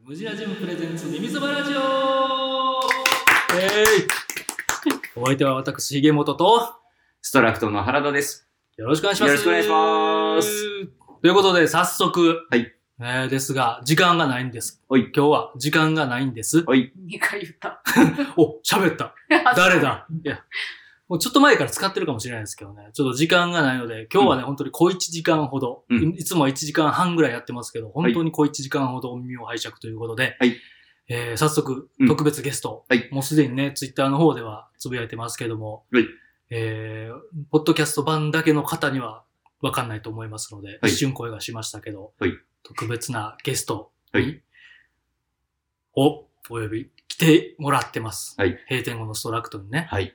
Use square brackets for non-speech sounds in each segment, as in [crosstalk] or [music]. ムジラジムプレゼンツミミそばラジオえいお相手は私、ひげもとと、ストラクトの原田です。よろしくお願いします。よろしくお願いします。ということで、早速、はいえーですが、時間がないんです。おい今日は時間がないんです。はい。 2回言った。 [laughs] お、喋 [laughs] った。誰だいや、もうちょっと前から使ってるかもしれないですけどね、ちょっと時間がないので、今日はね、本当に小1時間ほど、うんいいつもは1時間半ぐらいやってますけど、本当に小1時間ほどお耳を拝借ということで、はいえー早速う、ん特別ゲスト、はいもうすでにね、ツイッターの方ではつぶやいてますけども、はいえーポッドキャスト版だけの方にはわかんないと思いますので、はい一瞬声がしましたけど、はい特別なゲストはにい、をお呼び、来てもらってます。はい閉店後のストラクトにね。はい。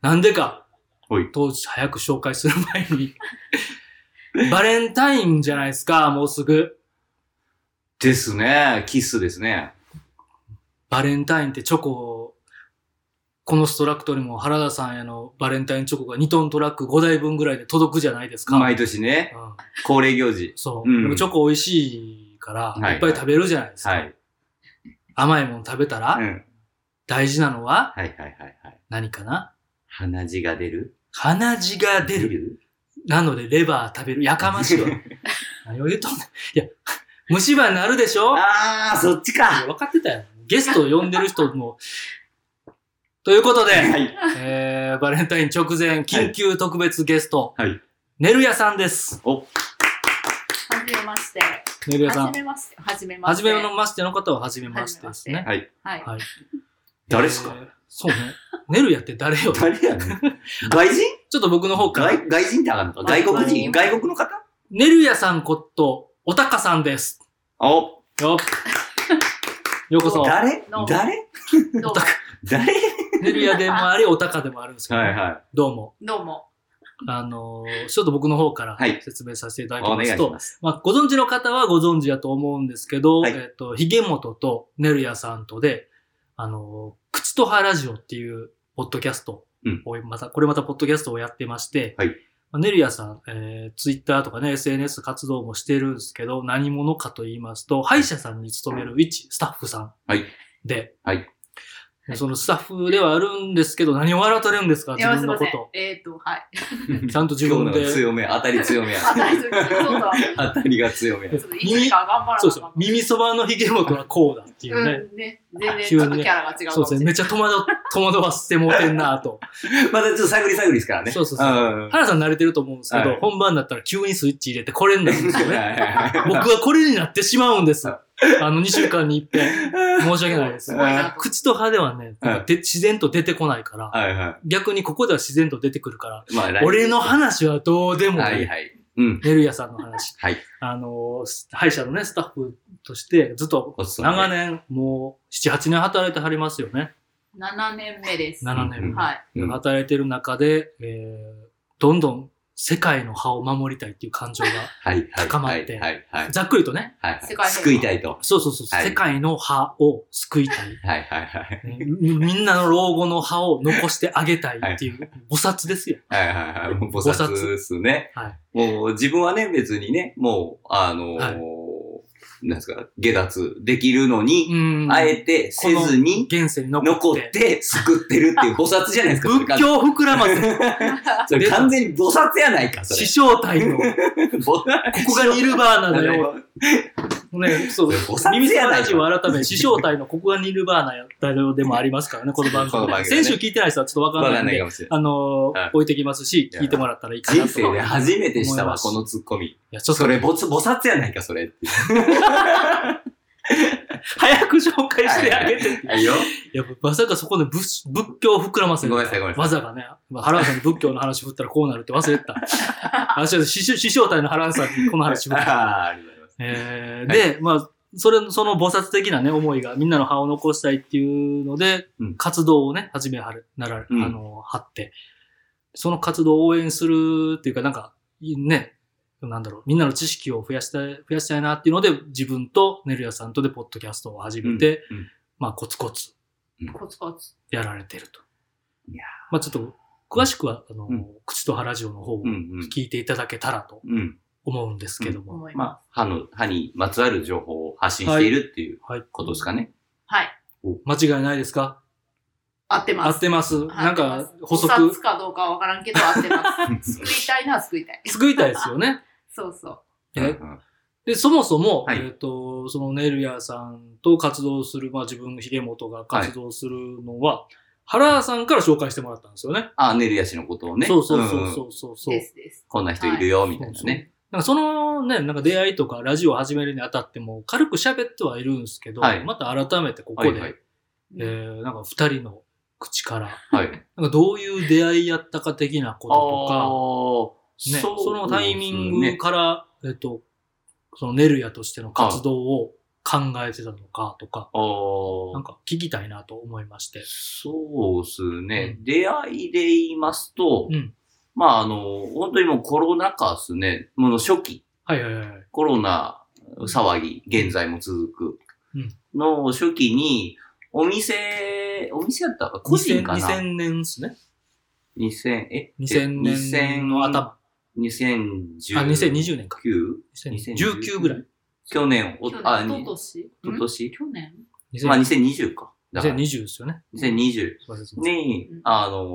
なんでかはい、当時早く紹介する前に、 [laughs] バレンタインじゃないですか、もうすぐ。ですね。キスですね。バレンタインってチョコを、このストラクトにも原田さんへのバレンタインチョコが2トントラック5台分ぐらいで届くじゃないですか。毎年ね、うん恒例行事。そう、うんでもチョコ美味しいから、はいいっぱい食べるじゃないですか。はい。甘いもの食べたうら、ん。大事なのははいはいはいはい。何かな鼻血が出る鼻血が出る。るなので、レバー食べる。やかましい [laughs] わ。何を言うとんねん。いや、虫歯になるでしょあー、そっちか。分かってたよ。ゲストを呼んでる人も。ということ [laughs] で、はい。えー、バレンタイン直前、緊急特別ゲスト、はい。ねるやさんです。お、はじめまして。ねるやさはんじ。めまして。はじめまはしじて。めのましての方ははじめましてですね。はい。はい。はい。誰っすかえーそうね。ねるやって誰よ。ちょ誰やねん。 [laughs] 外人っと僕の方から。外外人ってあかんのか外国人外外国の方ねるやさんこと、おたかさんです。お、 [laughs] よっようこそ。誰どうも誰どうも。誰ねるやでもあり、おたかでもあるんですけど、はいはい。どうも。どうも。あのーちょっと僕の方からはい説明させていただきおま願いすしと、ます。まあ、ご存知の方はご存知だと思うんですけど、はいえっ、と、ひげもととねるやさんとで、あの、くちとはラジオっていうポッドキャストを、また、これまたポッドキャストをやってまして、はいまあねるやさん、えー、ツイッターとかね、SNS 活動もしてるんですけど、何者かと言いますと、歯医者さんに勤める一スタッフさんはいで、はいでそのスタッフではあるんですけど、何を笑ってるんですかい自や、す分いのませこんと。。えっと、はい。ちゃんと自今日分ので。強め、当た [laughs] り強めや。あ、大丈夫。そうだ。当たりが強めや。ちょっといつか頑張らなあかんそうそう。耳そばのひげもとはこうだっていうね。うん、ね。全然ちょっとキャラが違うかそうでもしすれね。なめい。っちゃ戸惑、 [laughs] 戸惑わせてもうてんなと。まだちょっと探り探りですからね。そうそうそうん原さん慣れてると思うんですけど、はい本番だったら急にスイッチ入れてこれに [laughs] なるんですよね。僕僕はこれになってしまうんです。はあの、2週間に一遍。申し訳ないですす。ごいなと思って。口と歯ではね、なんかで自然と出てこないから、はいは逆にここでは自然と出てくるから、い。まあ、俺の話はどうでもいい。はいはい。うん。ねるやさんの話。はいあの、歯医者のね、スタッフとして、ずっと、おっそ長年、もう、7、8年働いてはりますよね。 7年目です。は7年。うんい。 [laughs] うん働いてる中で、えーどんどん世界の歯を守りたいっていう感情が、はいはい。高まってはいはい。ざっくりとね、はい世界平は和い。救いたいと。そうそうそう、はい世界の歯を救いたい。はいはいはい。ねみみんなの老後の歯を残してあげたいっていう、菩薩ですよ。はいはいはい。もう菩菩薩薩ですね。はい。もう自分はね、別にね、もう、あのーは、なんですか、下脱できるのに、うんあえてせずに現世に残残っ。ってて救ってるっていう菩薩じゃないですか。それ仏教膨らま [laughs] せ、それ完全に菩薩やないか、そ [laughs] 師れ。匠体の、こ [laughs] ここがニルバーナだよ。よ。ね、そう菩薩や。ない耳障ラジオ改め、師匠体のここがニルバーナだよでもありますからね、この番この組。番組ね先週聞いてない人はちょっとわかわんかないんんないでか、もしれない。あのーはい置いてきますし、聞いてもらったらいいかなと。人生で初めてした思いまわ、すこのツッコミ。いや、ちょっとそれ、ぼつ、菩薩やないか、それ。早く紹介してあげて。いはいよ。や、まさかそこで仏仏教を膨らませる。ごめんなさいごめんなさいわざがね、まあ原田さんに仏教の話振ったらこうなるって忘れて [laughs] た。あ、違う、師匠師匠体の原田さんにこの話振あった。あ、ありがとうございます。えーで、まあ、それ、その菩薩的なね、思いがみんなの歯を残したいっていうので、うん活動をね、始めはる、なら、うんあの、張って、その活動を応援するっていうか、なんか、ね、なんだろう、みんなの知識を増やしたい、増やしたいなっていうので、自分とねるやさんとで、ポッドキャストを始めて、うんうんまあ、コツコツコツコツ。やられてると。いやまあ、ちょっと、詳しくは、あの、うん口と歯ラジオの方をうんうん聞いていただけたらとうん。思うんですけども。思いままあ、歯の、歯にまつわる情報を発信しているっていうはい。ことですかね。はい。間違いないですか合ってま合す。ってます。はいなん合ってかます、補お札足。かどうかはわからんけど、合って [laughs] ます。救いたいのは救いたい。作りたいですよね。そうそう。うんうえんで、そもそも、はいえっ、と、そのネルヤさんと活動する、まあ自分、ヒゲモトが活動するのは、原さんから紹介してもらったんですよね。あ、ネルヤ氏のことをね。そうそううんそうそうそう。うですです。こんな人いるよ、みたいそなうね。なんかそのね、なんか出会いとかラジオ始めるにあたっても軽く喋ってはいるんですけど、はいまた改めてここはで、いはい。えー、なんか二人の口から、はい。なんかどういう出会いやったか的なこととか、ーね、そのタイミンそうですグねから、えっと、そのネルヤとしての活動を考えてたのかとか、あーなんか聞きたいなと思いまして。そうですね。う出会いで言いますと、うん。まああの、本当にもうコロナ禍ですね。もう初期、はいはいはいはい。コロナ騒ぎ、現在も続くうんの初期に、お店、お店やったか個人かな2000 2000年ですね。 2000え2000年の。頭。 2010あ、2020年か。 9 2019ぐらい。去年、お去あ、年、一昨に年一昨年去年まあ2020か。だから2020ですよね。 2020すいませんすいませんにうん、あのー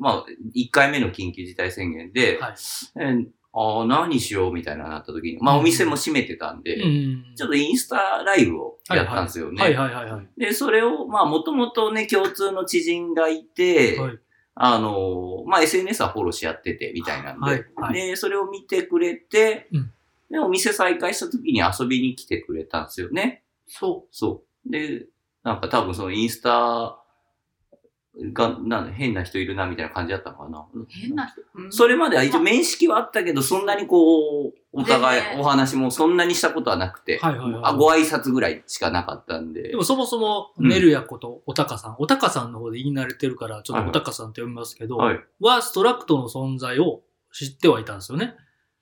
まあ、1回目の緊急事態宣言で、はい。えーあー何しようみたいななった時に、まあ、うんお店も閉めてたんで、うんちょっとインスタライブをやったんですよね。はいはいはいはい。で、それを、まあ、もともとね、共通の知人がいて、はいあのーまあ、SNS はフォローし合ってて、みたいなんで、はいはい。で、それを見てくれて、うんで、お店再開した時に遊びに来てくれたんですよね。そそう。で、なんか多分そのインスタが、なん変な人いるなみたいな感じだったのかな。う。変な人。うんそれまでは一応面識はあったけど、そんなにこう、お互全い然お話もそんなにしたことはなくて、はいはいはいあご挨拶ぐらいしかなかったんでで、もそもそも、うんネルヤこと、おたかさん。おたかさんの方で言い慣れてるから、ちょっとおたかさんって呼びますけど、はいはストラクトの存在を知ってはいたんですよね。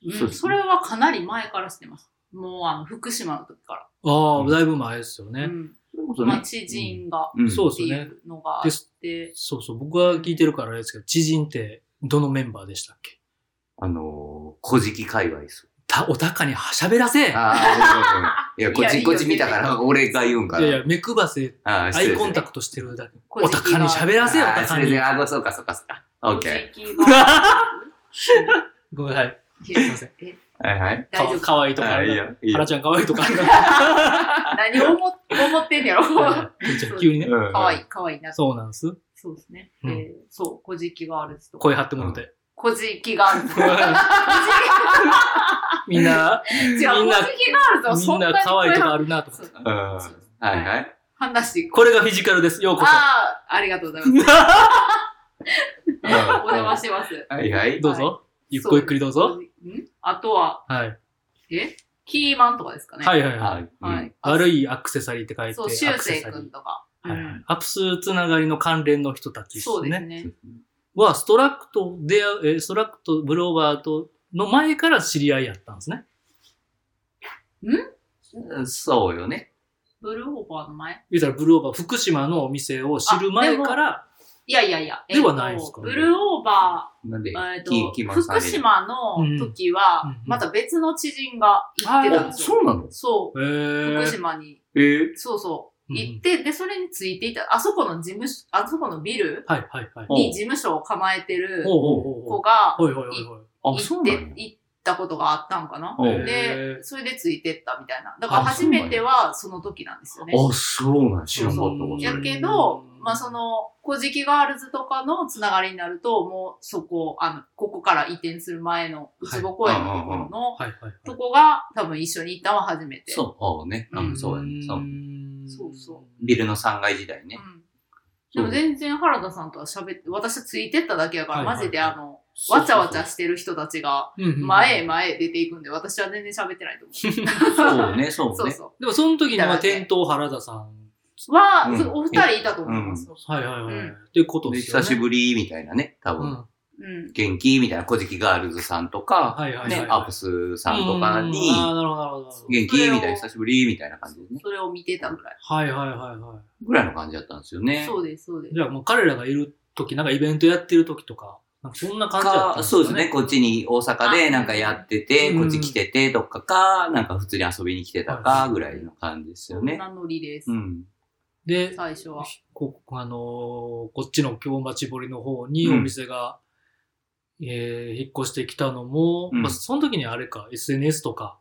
うんそうですそれはかなり前からしてます。もうあの、福島の時かああ、うんだいぶ前ですよね。ら。うん。それこそまあ、ね、知人がうんそうっていうのがあって、そうそう、僕は聞いてるからあれですけど、知人ってどのメンバーでしたっけあのー、小じき界隈です。た、おたかには喋らせいやああ、いや、こっいやいち、いこよっち見たから、俺が言うんから。いや、目くばせ、あーアイコンタククトしてるだけ。個お人たかに喋らせよ、おあたー、そかれに [laughs] で、。あー、そうか、そうか、そうか。オッケごめんなさい。すいいや [laughs] ません。ー。はいはい。か大丈わ夫。かわいいとかああーいいる。よ、いいハよラ。ちゃんかわいいとかある。何を思っ思ってんやろ。 [laughs] かじゃあ急にね。うんわいい、かわいいな。そそうなんです。うですね。うんえーそう、こじきがある人。声張ってもらって。こじきがある人。 [laughs] みんな、違う、みんこなじきがあるぞ。みそんんななに可愛いとかあるなと声か張。そううんはいはい。話。これがフィジカルです。ようこそ。ああ、ありがとうございます。おお邪魔してます。はいは [laughs] い。どうぞ。ゆっこゆっくりどうぞ。んあとは、はい。えキーマンとかですかね。はいはいは。はいい。はい。悪いアクセサリーって書いて、そう、ア修クセ正サリーくん。とか。はいはういんアプスつながりの関連の人たちですそうですね。ね。は、ストラクトで、えーストラクト、ブローバーとの前から知り合いやったんですね。うんそうよね。ブルーホーバーの前言うたら、ブローバー、福島のお店を知る前から、いやいやいや。ではえっとないですかねブルーオーバなんで、ー、えっとキーキーマンさん福で島の時は、うんうんまた別の知人が行ってたんあ、ですよ。そうなのそう。へー福島に、えーそうそう、うん行って、で、それについていた、あそこの事務所、あそこのビルはいはいはい。おに事務所を構えてるおうおうお子うが、おいおいおいおい。あ、そう行っなて、の行ったことがあったんかなおうへでー、それでついてったみたいな。だからあ初めてはその時なんですよね。あ、そうなの知らんかったそうわ、そうそやれ。けど、まあその、古事記ガールズとかのつながりになると、もうそこ、あの、ここから移転する前の、うつぼ公園のところの、はいはいはい。とこが多分一緒に行ったのは初めて。そう、あね。うん、そうやね。そう。そうそビルの3階時代 [laughs] ね。うん。でそうも全然原田さんとは喋って、私はついてっただけやから、はいはいマジであの、そうそうわちそうゃわちゃしてる人たちが、うんうん前へ前へ出ていくんで、私は全然喋ってないと思。そうね、そううそうね。そでもその時には店頭原田さん。う。は、うんそうお二人いたと思います。はいはいはい。うんってことでですよ久ね。しぶりみたいなね、多う分。ん。うん。元気みたいな、小じきガールズさんとか、はいはいはい。ね、アプスさんとかにう、んああ、なるほどなるほど。元気みたいな、久しぶりみたいな感じでね。それを見てたぐらい。はいはいはいはぐらいの感じだったんですよね。そうです、そうですい。じ。ゃあもう彼らがいる時、なんかイベントやってる時とか、なんかそんな感じだったか、んそうですね。ね。こっちに大阪であなんかやってて、うんこっち来てて、どっかか、なんか普通に遊びに来てたはか、いぐらいの感じですよそんね。なノリですう。ん。で、最初は。こあのーこっちの京町堀の方にお店が、えー引っ越してきたのも、うんまあ、その時にあれか、SNS とか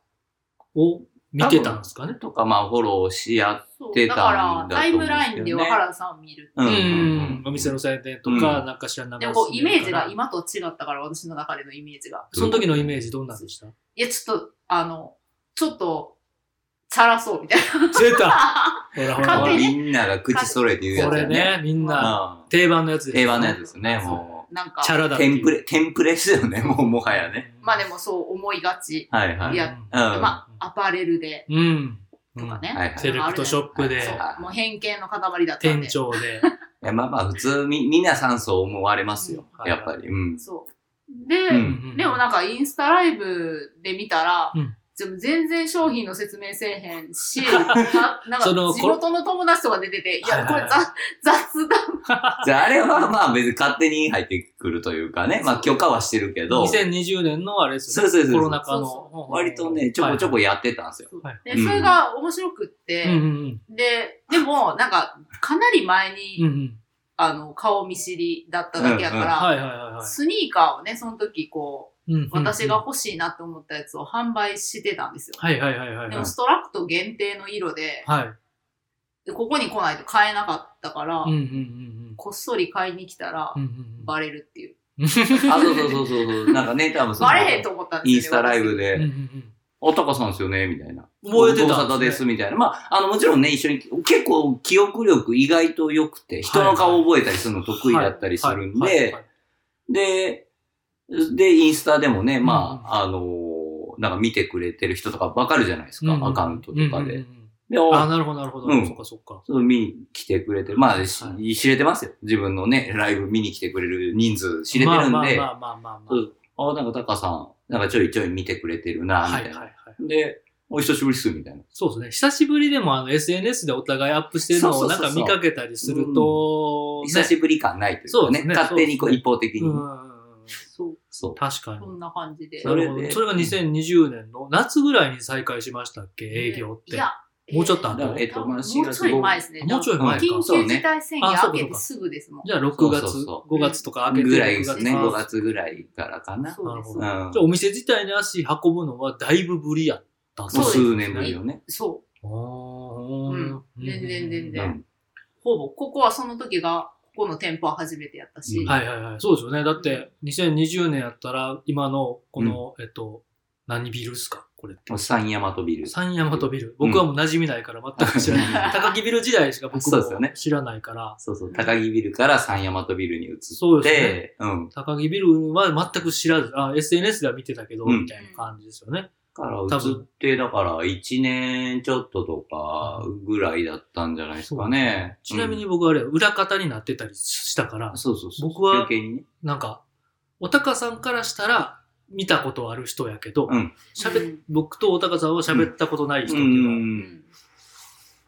を見てたんですかね。とか、まあ、フォローし合って、そ出う。ただんだから、タイムラインでと思うんですよねは原さん見る。うんお店の宣伝とか、うんなんか知らんなでもこう、イメージが今。今と違ったから、私の中でのイメージが。その時のイメージどんなんで [laughs] したいや、ちょっと、あの、ちょっと、チャラそうみたい出たな。 [laughs] ほらほら勝ほ手にら。みんなが口揃えて言うやこつれよね。ね、みんな、うん定番のやつです。定番のやつですよね、もなんかチ、ャラう。だってテいうンプレ、テンプレですよね、もう、もはやね。。まあでもそう思いがち。はいはい。いやうんうんまあ、アパレルで、うん。とかね。はいはいセレクトショップでそは、う。もう偏見の塊だった店んで。長で。いやまあまあ、普通み、みんな酸素思われますよう。んやっぱり。うん。そう。で、うんでもなんかインスタライブで見たら、うんでも全然商品の説明せえへ [laughs] んし、ななんそのか地元の友達とか出てて、いはいはや、こいれはい雑 [laughs] 雑談。じゃあ、あれはまあ別に勝手に入ってくるというかね、まあ許可はしてるけど、 2020年のあれですよそうね。そうそうコロナ禍そうその。割とね、ちょこちょこやってたんですよ。はいで、うんそれが面白くって、うんうんで、でもなんかかなり前に、うん。うんうん。あの、顔見知りだっただけやから、はいはいはいはスニーカーをね、その時こいうんうんうん。う、私が欲しいなって思ったやつを販売してたんですよ。はいはいはいはいではいも。ストラクト限定の色で、はい。でここに来ないと買えなかったから、うんうんうんこっそり買いに来たらうんうんうん。バレるっていう。あ、そうそうそうそう [laughs] そう。なんかね、多分そのバレへんと思ったんですよ、ね。インスタライうブんうで、ん男さんですよね、みたいな。うん。燃えてたご無沙汰です、。みたいな。まあ、あの、もちろんね、一緒に、結構記憶力意外と良くて、人の顔覚えたりするの得意だったりするんはいはいでは、いで、で、インスタでもね、まあ、あのなんか見てくれてる人とかわかるじゃないですか、うんうんアカウントとかで。うんうんうんで、あ、おなるほどなるほど。うんそっかそっか。そう見に来てくれてる。まあ、しは知れてますよ。自分のね、ライブ見に来てくれる人数知れてるんで、まあまあまあまあまあまあ。うんあなんかタカさん、なんかちょいちょい見てくれてるな、みたはいいな。はいはい。で、お久しぶりっす、みたいな。そうですね。久しぶりでもあの SNS でお互いアップしてるのそをうそなうんそうかそう見かけたりすると、ね久しぶり感ないというそかうでね。すね勝手にこうそうですね一方的に。うんうんうんうんそう、そう。確かそに。んな感じで。なそれでるほど。それが2020年の夏ぐらいに再開しましたっけ営業っいて。や、もうちょっと後だからえっとまあもう4月ちょい前ですね。もうちょい前か緊急事態宣言そうねあそう明かけそうてかすぐですもん。じゃあ6月、そうそうそ5月とか明けてぐらいですね。 6 5月月ぐらいからかな。そなうでするほどそううんじゃあお店自体に足運ぶのはだいぶぶりやったんもうそうです数年ぶりよね。です。そあーうん全然全う然ん。う。ほぼ、ここはその時が、ここの店舗は初めてやったし。うんはいはいはい。そうですよね。だって、2020年やったら、今の、この、えっと、何ビルっすかこれってもう。三大和ビル。三山和ビル。僕はもう馴染みないから全く知らない。高木ビル時代しか僕そうですよもね知らないから、そうそう。高木ビルから三大和ビルに移って、そうでうん。高木ビルは全く知らず、あ、SNS では見てたけど、うんみたいな感じですよね。から多移っ分て、だから1年ちょっととかぐらいだったんじゃないですかね。ちなみにうん、僕あれ、裏方になってたりしたから、そうそうそう。僕は余計にね。なんか、おたかさんからしたら、見たことある人やけどうん、喋っうん僕とおたかさんは喋ったことない人うっていうのは、うんん。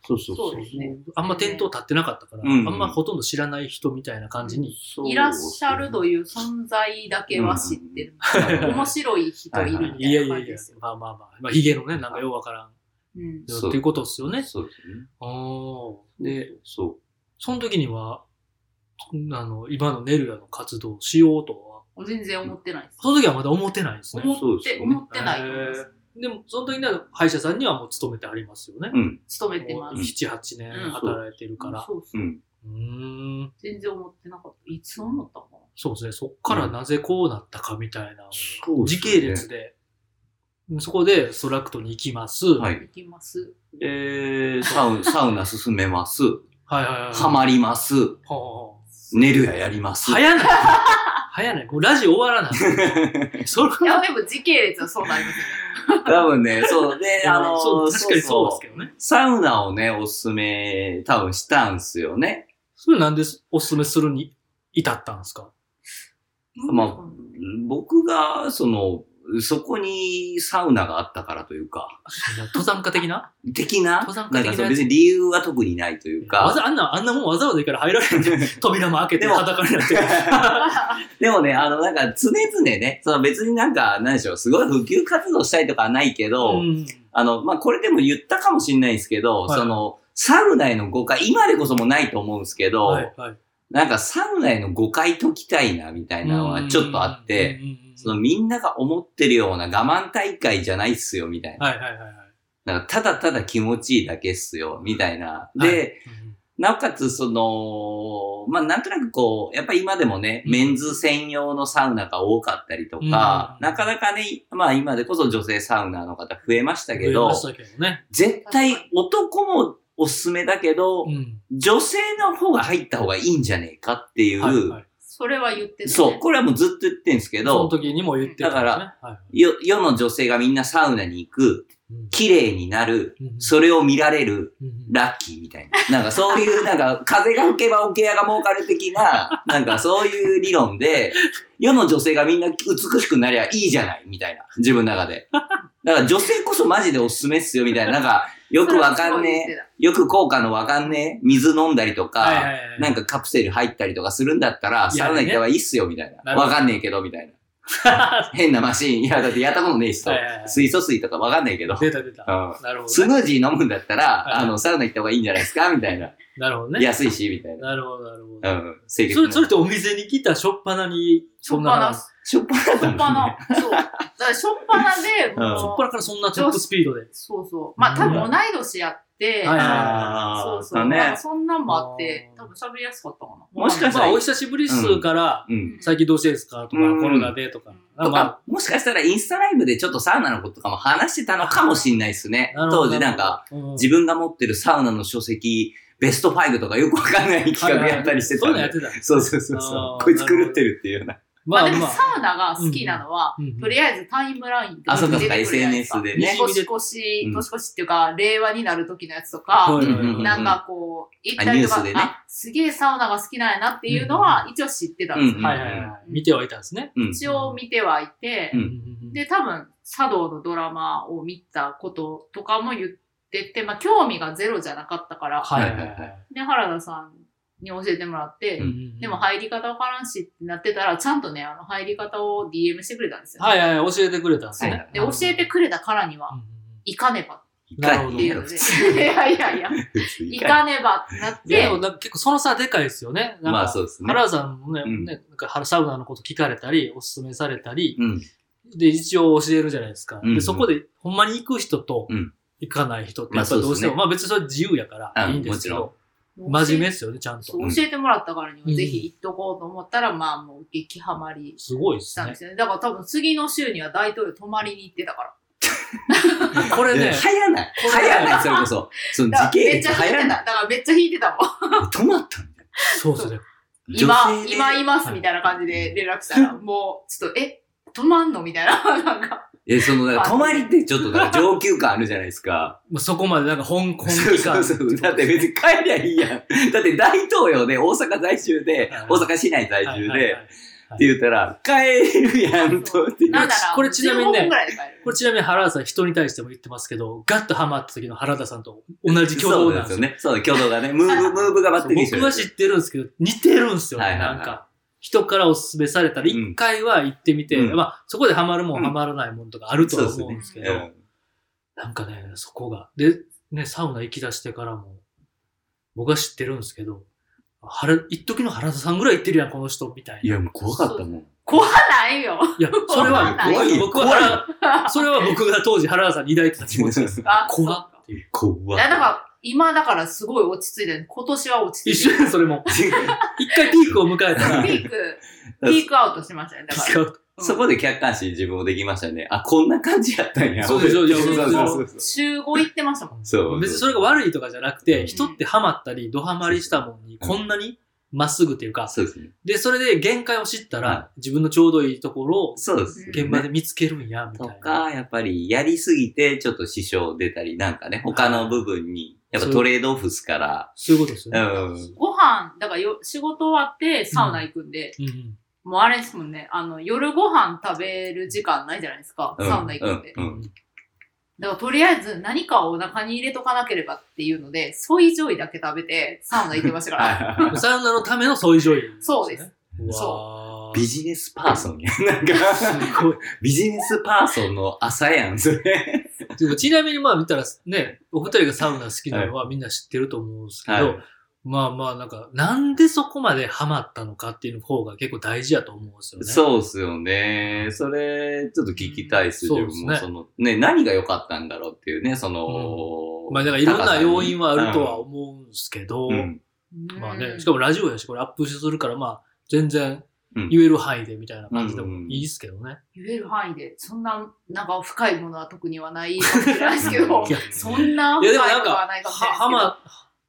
そうそうそうそうですねあんま店頭立ってなかったから、うんうんあんまほとんど知らない人みたいな感じに。そういらっしゃるという存在だけは知ってる。うん面白い人いるみたいやいいやな感じいやですよ、。まあまあまあ、まあ、ヒゲのね、なんかようわからん。うんそうっていうことですよね。そうですおね。で、で、そその時には、あの、今のネルヤの活動をしようとは、全然思ってないです。その時はまだ思ってないんですね。思そうっですて、よね思ってないと思いまへす。ーでも、その時には歯医者さんにはもう勤めてありますよね。う。うん。勤めてもまうす。 7、8年うん働いてるから。そううそう。ん。うーん。全然思ってなかった。いつ思ったかなそうですね。そっからなぜこうなったかみたいな、そうです時ね系列で、そこでストラクトに行きます。。はいい。行きます。で、サウサウナ進めます。はいはいはい。ハマります。はあはあ寝るややります。早ない [laughs] 早ない。もうラジオ終わら [laughs] ない。それいや、は、でも時系列はそうなりますよね。多分ね、そう。で、あの、そう確かにそうですうけどね。サウナをね、おすすめ、多分したんすよね。それなんでおすすめするに至ったんですかまあ僕が、その、そこにサウナがあったからというか、登山家的な的な、登山な家的なんやつかそう別に理由は特にないというわか、ざ、あんな、あんなもんわざわざ行から入られるんで、 [laughs] 扉も開けてでも裸になって。 [laughs] でもね、あの、なんか常々ね、その別になんか、何でしょう、すごい普及活動したいとかはないけど、うんあの、まあ、これでも言ったかもしれないですけど、はいその、サウナへの誤解、今でこそもうないと思うんですけど、はいはいなんかサウナへの誤解解きたいな、みたいなのはちょっとあって、、そのの、みんなが思ってるような我慢大会じゃないっすよ、みたいな。はいはいはいはい。なんかただただ気持ちいいだけっすよ、みたいな。で、はいなおかつ、その、まあ、なんとなくこう、やっぱり今でもね、うんメンズ専用のサウナが多かったりとか、うんなかなかね、まあ今でこそ女性サウナの方増えましたけ増えどまし、たけどね。絶対男もおすすめだけど、うん女性の方が入った方がいいんじゃねえかっていう、はいはいそれは言ってた、ね。そう、これはもうずっと言ってるんですけそのど、時にも言ってたんですねだからはいはよ世の女性がみんなサウナに行く、いうん綺麗になる、うんそれを見られる、うんラッキーみたいな。なんかそ [laughs] ういう、なんか、風が吹けば桶屋が儲かる的な、なんかそういう理論で、世の女性がみんな美しくなりゃいいじゃないみたいな、自分の中で。だから女性こそマジでおすすめっすよ、みたいな。なんか、よくわかんねえ、よく効果のわかんねえ、水飲んだりとか、はいはいはいなんかカプセル入ったりとかするんだったら、いやサウナ行った方がいいっすよ、みたいなな。るほどわかんねえけど、みたい [laughs] な。変なマシーン。いや、だってやったことねえしとはいはいはい。水素水とかわかんないけど。出た出た。うんなるほスどね。ムージー飲むんだったはいら、あの、サウナ行った方がいいんじゃないですかみたいな。なるほどね。安いし、みたいな。なるほど、なるほうど。ん。清そ潔れ、なそれってお店に来たしょっぱなに、しょそっんぱなな、の、しししょっぱなょだっもぱんね。な。そう。だからしょっぱな [laughs] で、もううんょっぱなからそんなトップスピードで。そうそう。まあ多分同い年やって、はいあそうーそだう。なんねか。そんなんもあって、あー多分喋りやすかったかな。もしかしたまらあ、お久しぶりっすから、うん。最近どうしてですかとか、コうんロナでとか。とまあか、もしかしたらインスタライブでちょっとサウナのこととかも話してたのかもしんないですね。なるほ当ど時なんか、、う自分が持ってるサウナの書籍、ベスト5とかよくわかんない企画やったりしてそたうんいうのやっで。てた。そうそうそうあそーう。こいつ狂ってるっていうような。ままああでもまサあ、ウナが好きなのは、うんとりあえずタイムラインとあ、そうかそう出か、てくるやつ SNS でね。年越し、うん年越しっていうか、令和になる時のやつとかは、いはいうんうんうんなんかこう、行ったりとあか、あ,、ニュースでねすげえサウナが好きなんやなっていうのは、一応知ってたんですよ。うんはいはいはい。見てはいたんですね。うん。一応見てはいて、うんで、で、多分、茶道のドラマを見たこととかも言ってて、まあ、興味がゼロじゃなかったから、はいはいはいははで、原田さんに教えてもらって、うい。でも入り方わからんしってなってたら、ちゃんとね、あの入り方を DM してくれたんですよ、はいはいはい、教えてくれたんですはいねは。いで、教えてくれたからには、行かねばっなるほどていうので、いやいや [laughs] いや、行かねばってなっで、でもて、なんか結構その差でかいですよね。なんかまあそうですね。原田さんもね、うんねなんかサウナのこと聞かれたり、おすすめされたり、うん。で、一応教えるじゃないですか。うんうで、んそこで、ほんまに行く人とうん、行かない人って、やまあっぱりどうしても、まあ別にそれは自由やかうら、んいいんですけど、真面目ですよね、ちゃんとそ。ううん教えてもらったからには、うんぜひ行っとこうと思ったら、まあもう激ハマりすごいでしすたんねで。すよね。だから多分次の週には大統領泊まりに行ってたから。これね、流行ない。これ流行ない、それこそ。そのだから時系めっち列ゃ流引い行らなてた。だい。からめっちゃ引いてたも止ん。まったんだよ。そうですね。今、今い今。ますみたいな感じで連絡したら、もう、ちょっと、え、泊まんのみたいな。 [laughs] なんか、え、その、だから泊まりってちょっとなんか上級感あるじゃないです [laughs] か。まあそこまでなんか香港そう期そ間うそう。だって別に帰りゃいいやん。だって大東洋で大阪在住ではい、大阪市内在はい住はいで、はいって言ったら、帰れるやんと。 [laughs] っていうなんなら、これちなみにね15分ぐらいで帰るこれちなみに原田さん人に対しても言ってますけど、ガッとハマった時の原田さんと同じ挙そ動うななんんでですすよ。よね。そう、挙動がね。ムーブ、ムーブがバッテリー僕は知ってるんですけど、似てるんですよ、はいはいはいなんか。人からおすすめされたら、うん一回は行ってみて、うんまあ、そこでハマるもん、うんハマらないもんとかあるとは思そううんでですすけねど、なんかね、そこが。で、ね、サウナ行き出してからも、僕は知ってるんですけど、原、一時の原田さんぐらい行ってるやん、この人、みたいいな。や、もう怖かったもん。怖ないよ。いや、それは、怖いよ僕は原、それは僕が当時原田さんに抱いてた気持ちです。あ怖っっていう。い [laughs] 怖や、だから、今だからすごい落ち着いてる。今年は落ち一着いて緒る。にそれも。一回ピークを迎え [laughs] たら、ピーク、ピークアウトしましたね。だから。うんそこで客観視自分をできましたね。あ、こんな感じやったんや。そうでしょいやそうそう [laughs] そうそう。週5行ってましたもん。そう別にそれが悪いとかじゃなくて、うん人ってハマったり、ドハマりしたもんに、うんこんなにまっすぐっていうか、そうですね。で、それで限界を知ったらは、自分のちょうどいいところをそうですね。現場で見つけるんや、みたといな。か、やっぱりやりすぎてちょっと支障出たり、なんかね、他の部分に、やっぱトレードオフっすから、そういうことですようね。ん。ご飯、だからよ仕事終わってサウナ行くんで、うんうんもうあれですもんね、あの、夜ご飯食べる時間ないじゃないですか、うんサウナ行くって。うんうんだからとりあえず何かをお腹に入れとかなければっていうので、ソイジョイだけ食べてサウナ行ってましたから。はサウナのためのソイジョイ、そうです。そいビジネスパーソ [laughs] ンや。なんか、すごい。ビジネスパーソンの朝やん、それ。でもちなみにまあ見たらね、お二人がサウナ好きなのはみんな知ってると思うんですけど、はいまあまあなんか、なんでそこまでハマったのかっていう方が結構大事やと思うんですよね。う。そうっすよね。それ、ちょっと聞きたいっす。うんでもそうっすその、ね、何が良かったんだろうっていうね、その、まあだからいろん高なさに要因はあるとは思うんですけど、うん。まあね、しかもラジオやし、これアップするからまあ、全然うん言える範囲でみたいな感じでもいいですけどね。言える範囲で、そんな、なんか深いものは特にはないかもしれないですけ [laughs] どい、やそんないや深でもいなんか、ことははないかもしれないですけど。ハマ、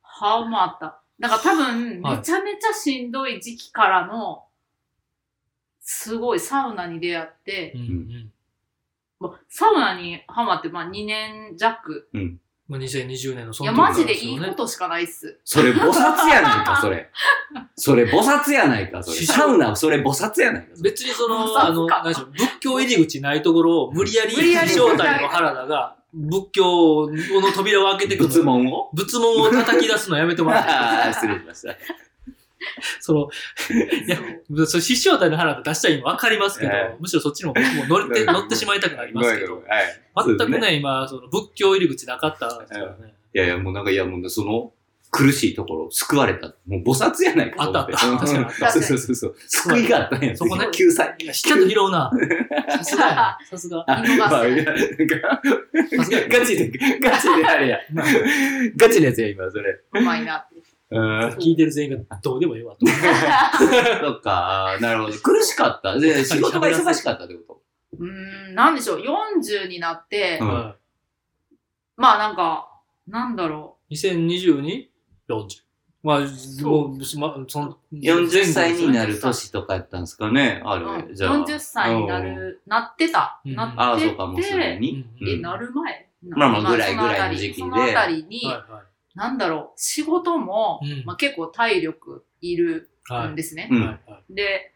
ハマった。だから多分、はいめちゃめちゃしんどい時期からの、すごいサウナに出会って、うんうん。まあサウナにハマって、まあ2年弱。まあ、2020年のそのい時かや、らマですジよねでいいことしかないっす。それ、菩薩やないか、それ。それ、菩薩やないか、それ。師匠サウナ、それ、菩薩やないか。それ別にそそうの、かあの、何でしょう、仏教入り口ないところを無理やり無理やり正体の原田が仏教の扉を開けてく仏る。門 [laughs] を仏門を叩き出すのやめてもらって。あー失礼しました。その、いやそうその師匠体の原田出したら今わかりますけど、えむしろそっちの方も乗って、うん乗ってしまいたくなりますけど、はい。全くそうでね、すね今、その仏教入り口なかったですからね。いやいや、もうなんか、いや、もうその、苦しいところ、救われた。もう菩薩やないかと思て。あったあったうん確かにあったそうそうそうそう。救いがあったんや。そこね救済。いや、ちゃんと拾うな。さすがやな。さすが。あ見逃すまあいやなんかさすがやなガチで、ガチであれや。まあガチのやつや、今、それ。うまい [laughs] なって。うん。聞いてる全員がどうでもいいわと。そっか、なるほど。苦しかった。で、仕事が忙しかったってこうーん、なんでしょう、40になって、うんはまあなんか、なんだろい 2022?40。まあ、もう、まあ、その、と ?40 歳になる。る年とかやったんですかね、あう、うん、れ。じゃあ。 40歳になる、なってた。うんなあっあ、てそてうか、もうすでに。うんうんえ、なる前まあまあぐらいそのあぐらたりいの時期でそのあたりに、はなんだろう、仕事も、うんまあ、結構体力いるいはい。はんい。ですね。うんはいはい。で、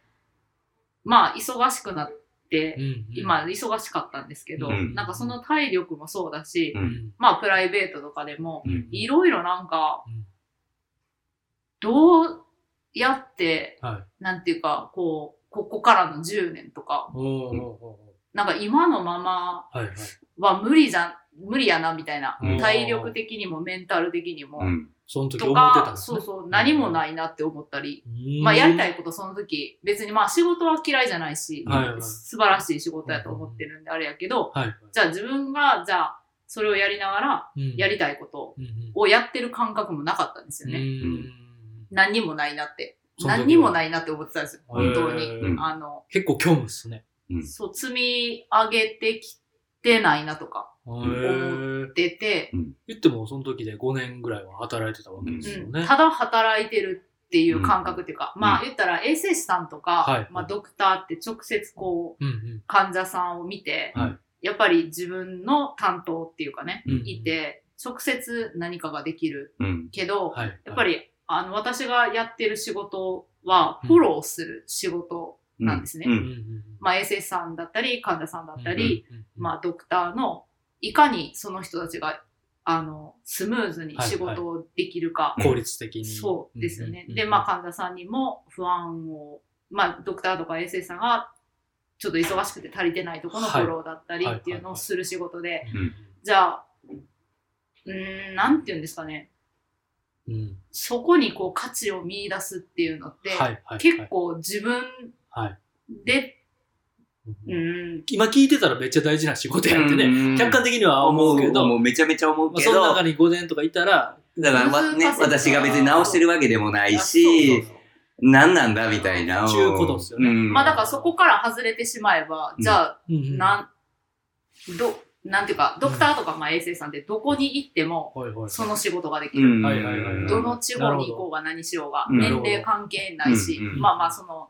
まあ、忙しくなって、うん今、忙しかったんですけど、うんなんかその体力もそうだし、う。うんんまあ、プライベートとかでも、うんいろいろなんか、うんどうやって、はいなんていうか、こう、ここからの10年とか、おーおーおなんか今のままーはいはい。は無理じゃん、無理やな、みたいな。うん体力的にもメンタル的にも。うん。その時と思ってたか、んですそねう。そう、何もないなって思ったり、うんまあやりたいことその時、別にまあ仕事は嫌いじゃないし、はいはい素晴らしい仕事やと思ってるんであれやけど、はいはい。じゃあ自分が、じゃあそれをやりながら、やりたい。たいことうんうんをやってる感覚もなかったんですよね。何にもないなって。その時は何にもないなって思ってたんですよ、本当へに。ーあの、結構虚無っすね。うんそう、積み上げてきてないなとか、へー出て、言っても、その時で5年ぐらいは働いてたわけですようんね。ただ働いてるっていう感覚っていうか、んまあ言ったら衛生士さんとか、はいまあ、ドクターって直接こううんうん患者さんを見て、はいやっぱり自分の担当っていうかね、うんうん。いて直接何かができるうん。けど、はい、はい。やっぱりあの私がやってる仕事はフォローする仕事なんですね。う。うんんうんまあ衛生士さんだったり患者さんだったり、うんうんうんまあ、ドクターのいかにその人たちがあのスムーズに仕事をできるか、い効率的に。そうですようね。んうんうんで、まあ、患者さんにも不安を、まあ、ドクターとか衛生士さんがちょっと忙しくて足りてないところのフォローだったりはいっていうのをする仕事で、うんじゃあ、うーん、なんて言うんですかね、うんそこにこう価値を見出すっていうのって、はいはいはい結構自分はいで、うんうん、今聞いてたらめっちゃ大事な仕事やってね、ね客観的的には思うけど、もまうめちゃめちゃ思うあ、けそのど、中に5年とかいたら、だからわ、ね、私が別に直してるわけでもないそうしそ、う何なんだみたいな。ちゅうことっすよねうんまあだからそこから外れてしまえば、じゃあうんうんなん、ど、なんていうか、ドクターとか、まあ、衛生士さんってどこに行っても、はいはいその仕事ができうる。んはいはいはいはいどの地方に行こうが何しようが、うん年齢関係ないし、うんまあまあ、その、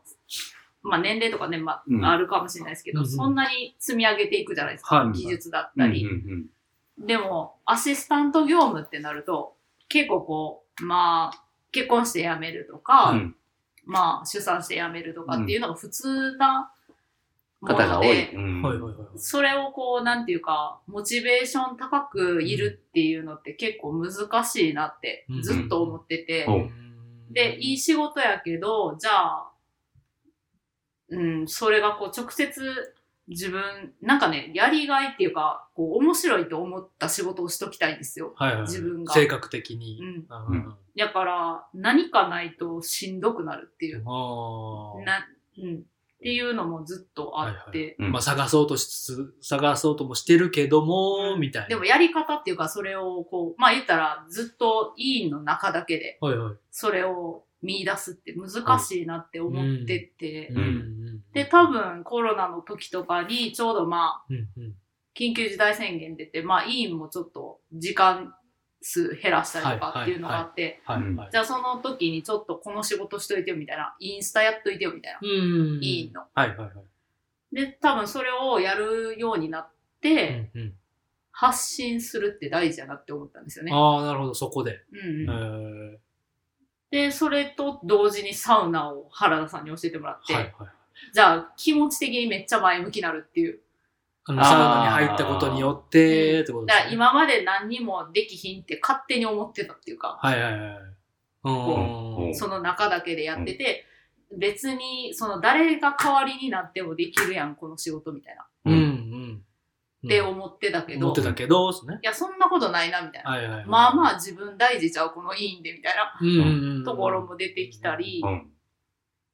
まあ年齢とかね、まあ、うんあるかもしれないですけど、うんそんなに積み上げていくじゃないですか。はい技術だったり。うんうんでも、アシスタント業務ってなると、結構こう、まあ、結婚して辞めるとか、うんまあ、出産して辞めるとかっていうのが普通なもので方が多い。うんはいはいはい。それをこう、なんていうか、モチベーション高くいるっていうのって結構難しいなってうんずっと思ってて、おで、いい仕事やけど、じゃあ、うん、それがこう直接自分、なんかね、やりがいっていうか、こう面白いと思った仕事をしときたいんですよ。はいはいはい、自分が性格的うに。ん。あうーんだから、何かないとしんどくなるっていう、あーな、うん。っていうのもずっとあって、はうんまあ探そうとしつつ、探そうともしてるけども、うんみたいな。でもやり方っていうか、それをこう、まあ言ったら、ずっと委員の中だけで、はいはい。それを見出すって難しいなって思ってて、んで、多、分コロナの時とかに、ちょうどまあ、うんうん、緊急事態宣言出て、まあ委員もちょっと時間数減らしたりとかっていうのがあって、はいはい。じゃあその時にちょっとこの仕事しといてよみたいな、インスタやっといてよみたいな、うん。委員の。はいはいはい。で、多分それをやるようになって、うんうん発信するって大事だなって思ったんですよね。ああ、なるほど、そこで。うんうんえーで、それと同時にサウナを原田さんに教えてもらって、はいはい。じゃあ気持ち的にめっちゃ前向きになるっていう。あの、あーサウナに入ったことによって、ってことでだかすらね。今まで何にもできひんって勝手に思ってたっていうか、はいはいはい。うん。うんその中だけでやってて、別にその誰が代わりになってもできるやん、この仕事みたいな。うんうん。って思思ってたけど、っていたけど、ですね。や、そんなことないな、みたいな。はいはいはい。まあまあ、あ自分大事ちゃう、この委員で、みたいなうんうんうん。ところも出てきたりう、ん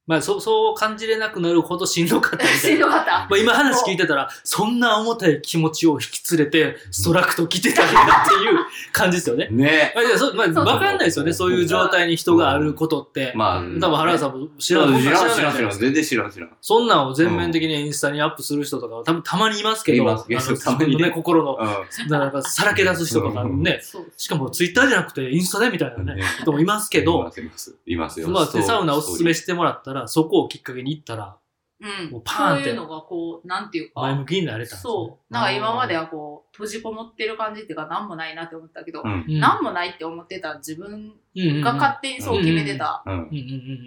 まあ、そう、 [laughs] そう感じれなくなるほどしんどかったみた [laughs] しいんどな。かった。まあ、今話聞いてたら、そんな重たい気持ちを引き連れて、ストラクト来てたんだっていう感じですよ [laughs] ね。ねまあ、いやそうまあ、そうわかんないですよね、そういう状態に人があることって。まあ、多分原田さんも知知ららないん、知らん、知知らなんら、い知らん、全然知らん、知らん。そんなんを全面的にインスタにアップする人とかは多分たまにいますけいど、ますけどあのたま自にね分のね、心の、うなんかさらけ出す人とかね、そうしかもツイッターじゃなくてインスタでみたいんなね、人もいますけいまど、すいますいますよ。まあ、そう手サウナおすすめそしてもらったら、そこをきっかけに行ったら、うん。もそうパーンってういうのがこう、なんていうか、前向きになれたんですねそう。なんか今まではこう、閉じこもってる感じっていうか、なんもないなって思ったけど、ういううんなんもないって思ってた自分うんが勝手にそう決めてたうん。うん。うんうんう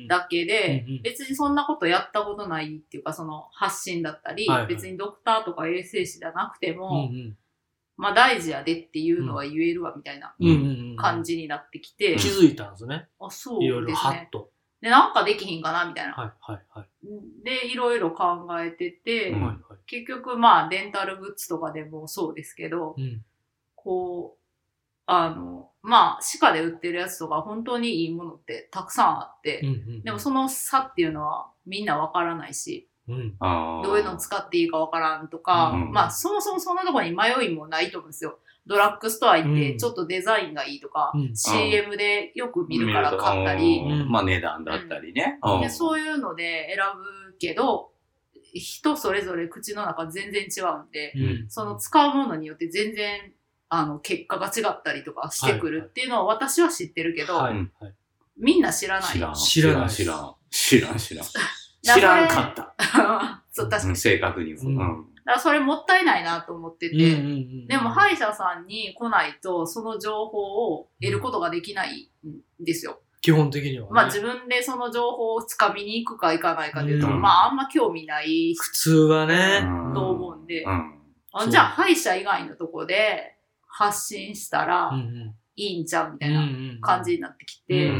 んだけで、うんうん別にそんなことやったことないっていうか、その発信だったり、はいはい別にドクターとか衛生士じゃなくてうんも、うんまあ大事やでっていうのは言えるわみたいなうんうんうん感じになってきて、気づいたんですね。あ、そういろいろですハッね。と。で、なんかできひんかなみたいな。はいはいはい。で、いろいろ考えてて、うんはいはい結局まあデンタルグッズとかでもそうですけど、うんこう、あの、まあ、歯科で売ってるやつとか本当にいいものってたくさんあって、うんうんうんでもその差っていうのはみんなわからないし、うんあーどういうの使っていいかわからんとか、うんまあそもそもそんなところに迷いもないと思うんですよ。ドラッグストア行っうてんちょっとデザインがいいとか、うん CM でよく見るから買ったり、うんまあ値段だったりね。でそういういうので選ぶけど、人それぞれ口の中全然違うんで、うんその使うものによって全然、あの、結果が違ったりとかしてくるっていうのは私は知ってるけど、はいうんはいみんな知らない。知らん。知らない知らん。知らん、知らん。ら知らんかった。 [laughs] そう、確かに。うん正確にうんも。だからそれもったいないなと思ってて、うんうんうんでも歯医者さんに来ないと、その情報を得ることができないんですよ。基本的にはね。まあ自分でその情報をつかみに行くか行かないかでいうと、うんまああんま興味ない普通はうね、ん。と思うんで、うん。あそうじゃあ歯医者以外のとこで発信したらうんうんいいんじゃんみたいなな感じになってきて、うんう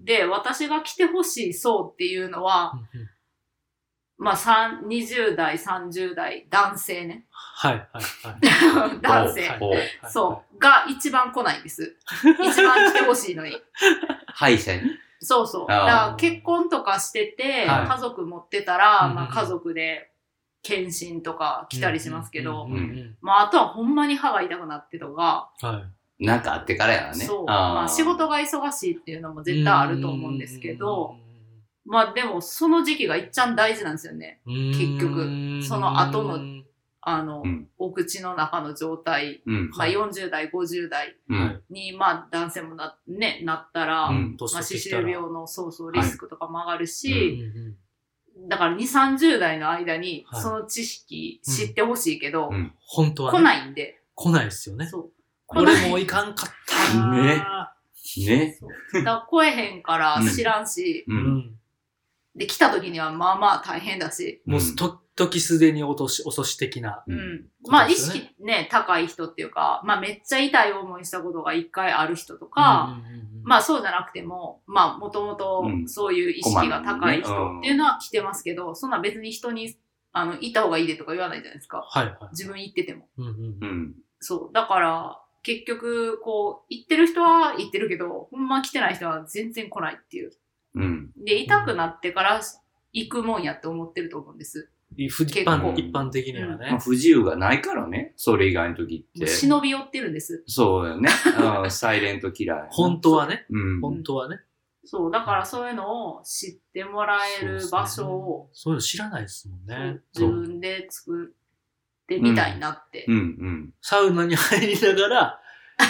んで、私が来てほしい層っていうのは、うんうんまあ、さん20代、30代、男性 [laughs] ね。はいはいはい。男性。はいおう [laughs] そう。が一番来ないんです。 [laughs] 一番来てほしいのに。歯医者に。そうそう。だあかーら結婚とかしてて、はい家族持ってたら、うんまあ、家族で検診とか来たりしますけど、うんうんうんまあ、あとはほんまに歯が痛くなってとか、はなんかあってからやからね。そう。あーまあ、仕事が忙しいっていうのもい。絶対あると思うんですけど、まあ、でも、その時期がいっちゃん大事なんですよね。うんうんうんうん、結局うんその後のうんあの、うんお口の中の状態うん。まあ、はい40代、50代うん。に、まあ、男性もな,、ね、なったら、うんまあ、歯周病のそうそうはリいスクとかも上がるし、ううんだから2、30代の間にはいその知識知ってほしいけど、うん本当はね来ないんで、来ないですよね。そう。来ない俺もいかんかった。ねね。そうだから来えへんから知らんし、う。うんん。で、来た時にはまあまあ大変だし、もう、と、時すでに落とし、遅し的な。う。うんんまそあうで意すよね識ね、高い人っていうか、まあめっちゃ痛い思いしたことが一回ある人とか、うんうんうんうん、まあそうじゃなくても、まあもともとうんそういう意識が高いこまめにね人っていうのは来てますけど、そんな別に人に、あの、行った方がいいでとか言わないじゃないですか。はいはい。自分行ってても。うんうんううんん。そう。だから、結局、こう、行ってる人は行ってるけど、ほんま来てない人は全然来ないっていう。うん。で、痛くなってから行くもんやって思ってると思うんです。一結般構一般的にはね、まあ、不自由がないからね。それ以外の時って。忍び寄ってるんです。そうよね。うんサイレントキラーやな。本当はね、うん。本当はね、そう。だからそういうのを知ってもらえる場所を、そういうの知らないですもんね。そう自分で作ってみたいなって。うんうん。サウナに入りながら、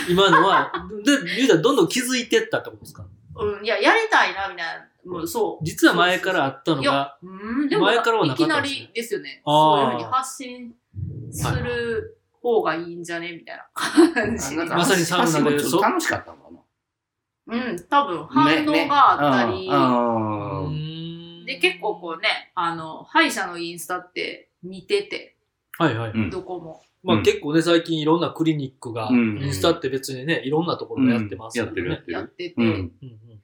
今の [laughs] は、で、ゆうたどんどん気づいてったってことですかうん、いや、やりたいな、みたいな。もうそう。実は前からあったのいやが、、うん、でも、前からはいなかきっなたんですねりですよね。あそーういうふうに発信する方がいいんじゃねみたいな感じ。まさにサウナでそう。楽しかったのかうん、多分、な。反応があったり、うあーんで、結構こうね、あの、歯医者のインスタって似てて、はいはい。うんどこも。まあうん結構ね、最近いろんなクリニックが、うんインスタって別にね、いろんなところがやってますからね。うんやってるやってて、うん。うん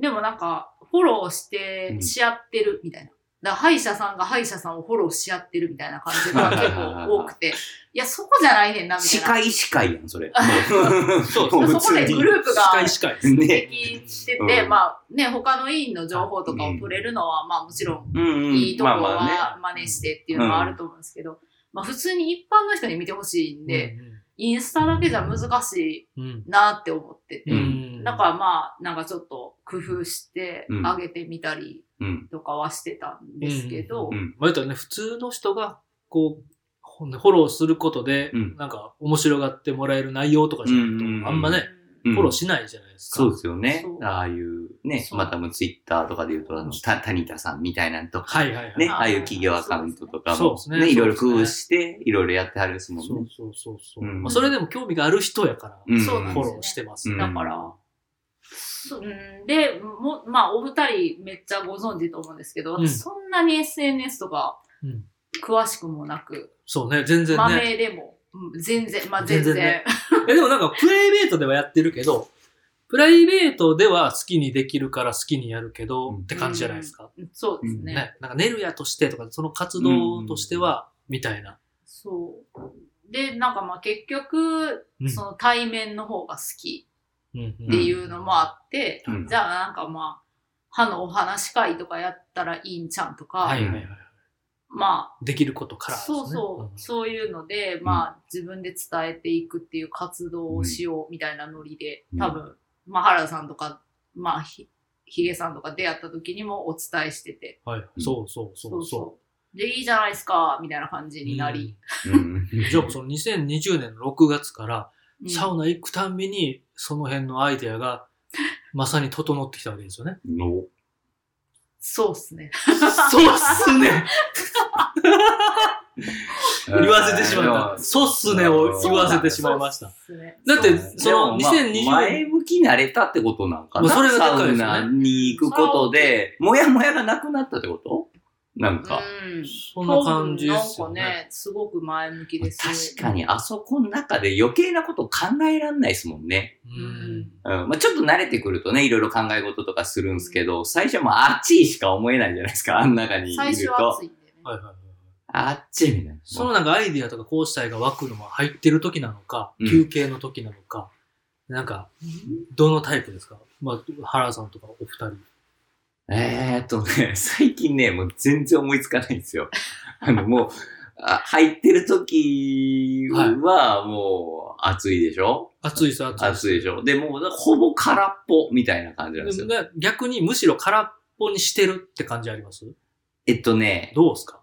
でもなんか、フォローして、し合ってるみたいな。だから歯医者さんが歯医者さんをフォローし合ってるみたいな感じが結構多くて、いや、そこじゃないねんな、みたい司な。会司会やん、それ。うん。そうもうそこでグループが司会司会ですね聞いてて、うんまあね、他の委員の情報とかを取れるのは、まあもちろんうんうん。いいとこまあろまあね。は真似してっていうのはあると思うんですけど、まあ普通に一般の人に見てほしいんで、、インスタだけじゃ難しうんうんいなって思ってて、う。うんだからまあなんかちょっと工夫してあげてみたりうん。とかはしてたんですけど、うんまあ、言ったらね、普通の人が、こう、ほんフォローすることで、うんなんか、面白がってもらえる内容とかじゃないと、うんうんうんあんまね、うんうんフォローしないじゃないですか。そうですよねそ。うああいう、ね、そうまたもツイッターとかで言うと、あの、た、谷田さんみたいなんとか、はいはいはい。ね、あーああいう企業アカウントとかそうもです、ねね、いろいろそう工ですね夫して、いろいろやってはるですもんそねう。そうそうそう、うんまあ、それでも興味がある人やから、んそうなんフでォすよローしてます、うんだから、そうん、でも、まあ、お二人めっちゃご存知と思うんですけど、うんそんなに SNS とかうん詳しくもなく、そうね、全然まね。めでも、うん全然、まあ全全然然。ねえでもなんか、プライベートではやってるけど、プライベートでは好きにできるから好きにやるけど、うんって感じじゃないですか。そうですね。ね。なんか、ネルヤとしてとか、その活動としては、みたいな。そう。で、なんかまあ結局、うんその対面の方が好きうんうんっていうのもあって、うんじゃあなんかまあ、歯のお話し会とかやったらいいんちゃんとか、はいはいはい。まあ、できることからですね、そうそう、んそういうので、まあ、自分で伝えていくっていう活動をしようみたいなノリで、うん多分、まあ、原田さんとか、まあひ、ヒゲさんとか出会った時にもお伝えしてて、。はい、んそうそうそうそうで、いいじゃないですか、みたいな感じう。になり。うんうん。じゃあ、その2020年の6月から、うんサウナ行くたんびに、その辺のアイデア [laughs] が、まさに整ってきたわけですよね。の。そうっすね。そうっす [laughs] ね言わせてしまった。た。そうっすねを言わせてしまいました。そうっすね。だって、そのでもまあ2020年、前向きになれたってことなんかな。まあそれがでかいですねサウナに行くことで、もやもやがなくなったってことなんか。うん。そんな感じですよなんかね。ね、すごく前向きです。確かにあそこの中で余計なこと考えらんないですもんね。ううんん。うん。まあちょっと慣れてくるとね、いろいろ考え事とかするんですけど、最初はもうあっちしか思えないじゃないですか、あん中にい最初るはと暑。いんでね。 [laughs] はいはいはい。あっちみたいな。そのなんかアイディアとかこうしたいが湧くのは入ってる時なのか、うん休憩の時なのか、なんか、どのタイプですかまあ、原さんとかお二人。えーっとね、 [laughs] 最近ね、もう全然思いつかないんですよ。 [laughs] あの、もう、あ入ってる時は、もう、暑いでしょ、暑いです、暑いです。暑いでしょで、もう、ほぼ空っぽみたいな感じなんですでよも。ね逆にむしろ空っぽにしてるって感じありますえっとね、どうですか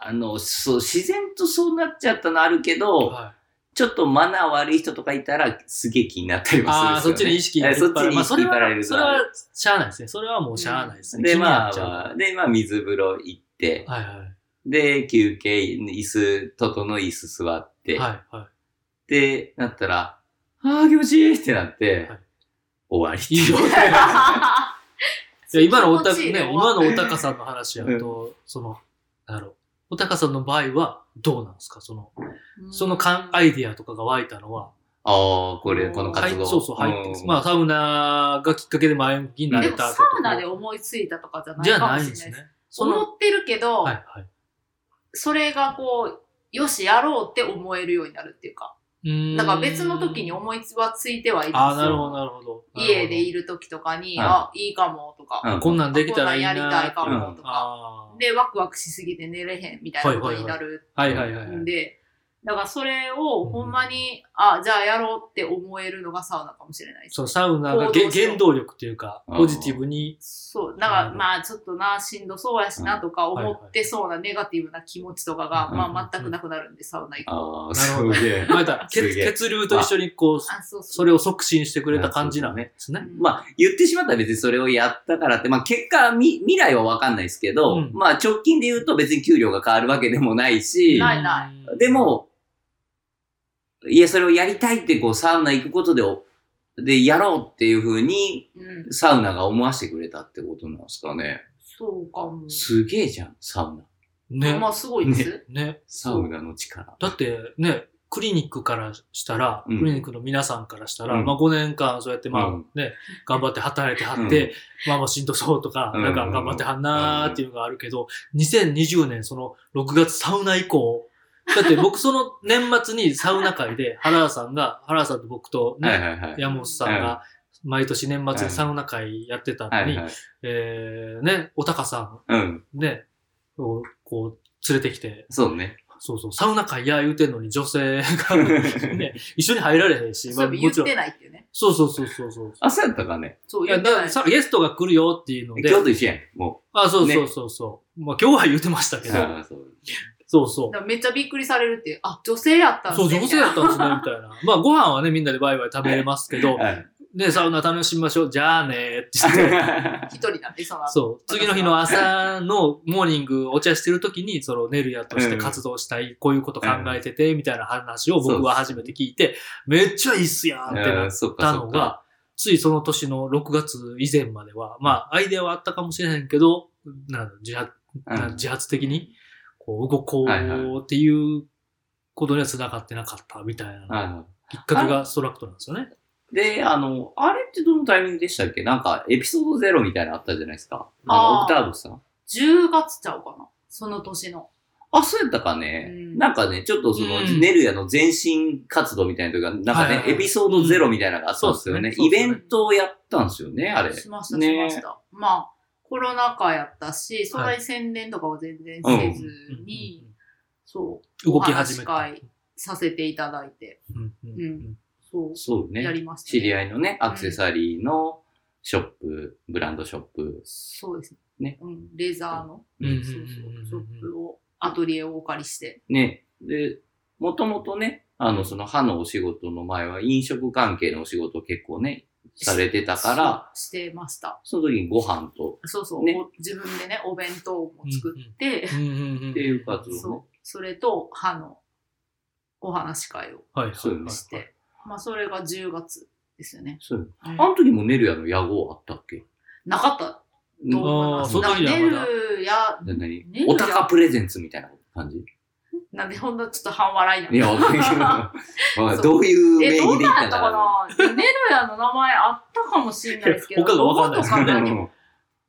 あの、そう、自然とそうなっちゃったのあるけど、はちょっとマナー悪い人とかいたら、すげえ気になったりい。もああ、すそるっんちですよ、ね。に意識がえいっぱいそっちに意それ識がられは、るそれは、しゃあないですね。それはもうしゃあないですね。で、気になまっちゃうからあ、で、まあ、水風呂行って、はいはで、休憩、椅子、外の椅子座って、い。はいはってなったら、ああ、気持ちいいってなって、はい [laughs] 終わりい。いい状態。いや、今のおた、気持ちいね、いね今のおたかさんの話やと、その、なんだろう。おたかさんの場合は、どうなんですかその、そのかんアイディアとかが湧いたのは、ああ、これ、この活動。はい、そうそう、入ってます。んまあ、サウナがきっかけで前向きになでれもたサってことウナで思いついたとかじゃないじゃかもなしいれんないでですす。ね。その思ってるけど、はいはい。それがこう、よし、やろうって思えるようになるっていうか。うーんだから別の時に思いつはついてはいるんですよ。ああ、なるほど、なるほど。家でい。いる時とかに、うんあ、いいかもとか、うんこんなんできたらいいなーこんなんやりたいかもとか、あで、ワクワクしすぎて寝れへんみたいなことになるあ。はいはいはいはい。んで、だからそれをほんまに、あ、じゃあやろうって思えるのがサウナかもしれないですそう、サウナがげ行動しよう原動力というか、うんポジティブに。そう、だかなるらほどまあちょっとな、しんどそうやしなとかうん思ってそうなネガティブな気持ちとかが、うんまあ全くなくなるんで、サウナ行くと。ああ、なるすほどげえ。 [laughs] まあ、だ血すげえ血流と一緒にこう、あ、そうそう。それを促進してくれた感じなんですね。まあ、言ってしまったら別にそれをやったからって、まあ、結果、み、未来はわかんないですけど、うんまあ、直近で言うと別に給料が変わるわけでもないし、ないなで、も、いや、それをやりたいって、こう、サウナ行くことで、おで、やろうっていうふうに、うん、サウナが思わせてくれたってことなんですかね。そうかも。すげえじゃん、サウナ。ねま。あすごいです。ね。サウナの力。だってね、クリニックからしたら、うんクリニックの皆さんからしたら、うんまあ5年間そうやってまあうんね、頑張って働いてはって、まあまあしんどそうとか、うんなんか頑張ってはんなーっていうのがあるけど、2020年その6月サウナ以降、だって [laughs] 僕その年末にサウナ会で原田さんが、原田さんと僕とね、はいはいはい。山本さんが毎年年末にサウナ会やってたはのいに、はい。えー、ね、おたかさうん。んね、をこう連れてきて、そうね。そうそう、サウナ会や言うてんのに女性が [laughs] ね、一緒に入られへんし、そうも言っちろん。てないっていうね。そうそうそうそうそう。あ、そうやったかね。そういや言ってだかならい。さゲストが来るよっていうので、今日と一緒やん、もあ、そうそうそうそう、まあ今日は言ってましたけう。ど、ああそうそうそうだ。からめっちゃびっくりされるっていう、あ、女性やったんそう、ね女性だったんですね、みたい [laughs] な。まあご飯はね、みんなでバイバイ食べれますけど、 [laughs] はいね、サウナ楽しみましょう、じゃあねーって言って。一人なんで、その後。そう。次の日の朝のモーニングお茶してる時に、そのネルヤとして活動したい、こういうこと考えてて、みたいな話を僕は初めて聞いて、めっちゃいいっすやんってなっうんそっかたそのっか。が、ついその年の6月以前までは、まあ、アイデアはあったかもしれへんけど、なんだ自発うんなん自発的にこう動こはいはいうっていうことには繋がってなかったみたいなあきっかけがストラクトなんですよね。で、あの、あれってどのタイミングでしたっけなんか、エピソードゼロみたいなのあったじゃないですか。あの、あーオクターブさん。 10月ちゃうかな。その年の。あ、そうやったかね。うんなんかね、ちょっとその、うんネルヤの全身活動みたいなというか、なんかはいね、はいはいエピソードゼロみたいなのがあったんですようねん。そうイですねベントをやったんですよね、あれ。しました、ねしました。まあ、コロナ禍やったし、そんなに宣伝とかは全然せずに、そう、動き始めおた。話し会させていただいて、うんうんうんそう、そうやね。りました、知りい。合いのね、アクセサリーのショップ、ブランドショップ。そうですねね。うん、レザーの、うんうんうんそうそう、ショップを、アトリエをお借りして、ね。で、もともとね、あの、その歯のお仕事の前は飲食関係のお仕事を結構ね、されてたから、そうしてました。その時にご飯と、そうそう、ねお自分でね、お弁当も作って、うんうんうんっていう活動そう、それと歯のお話し会をはいはいそうよねして、まあそれが10月ですよね。そう。うんあの時もネルヤの野号あったっけなかったと思いまあーす。その時にはまだなんか出るや、な何ネルヤお高プレゼンツみたいな感じなんでほんとちょっと半笑いなんいや、わかんないけど [laughs] わかんない。どういう名え、ど義で言うっなんやたっんただかろなネルヤの名前あったかもしれないですけど、他がわかんないロですねゴとかう何うん。うん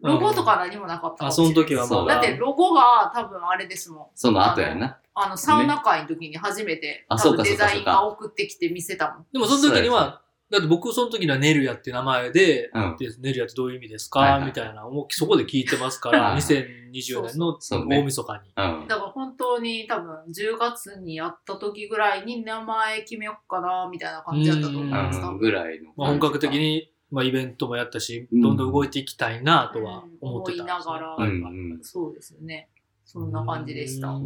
ロゴとか何もなかったかもあ、しれそなのい時はそまうだだ。ってロゴが多分あれですもん。 [laughs] その後やな。あの、サウナ会の時に初めて、あ多そうか分そうデかザそうイかンが送ってきて見せたもん。でもその時には、だって僕その時にはネルヤって名前で、うん。でネルヤってどういう意味ですはいはかいみたいな、もうそこで聞いてますかうら、ん2020年のそうね大晦日に。うん。だから本当に多分10月にやった時ぐらいに名前決めようかなみたいな感じだったと思います。う多ん。分ぐらいの。まあ、本格的。に、まあ、イベントもやったし、うんどんどん動いていきたいなとは思ってたんですね、うん思いながらうんはいはいうん。そうですね。そんな感じでした。うはんい。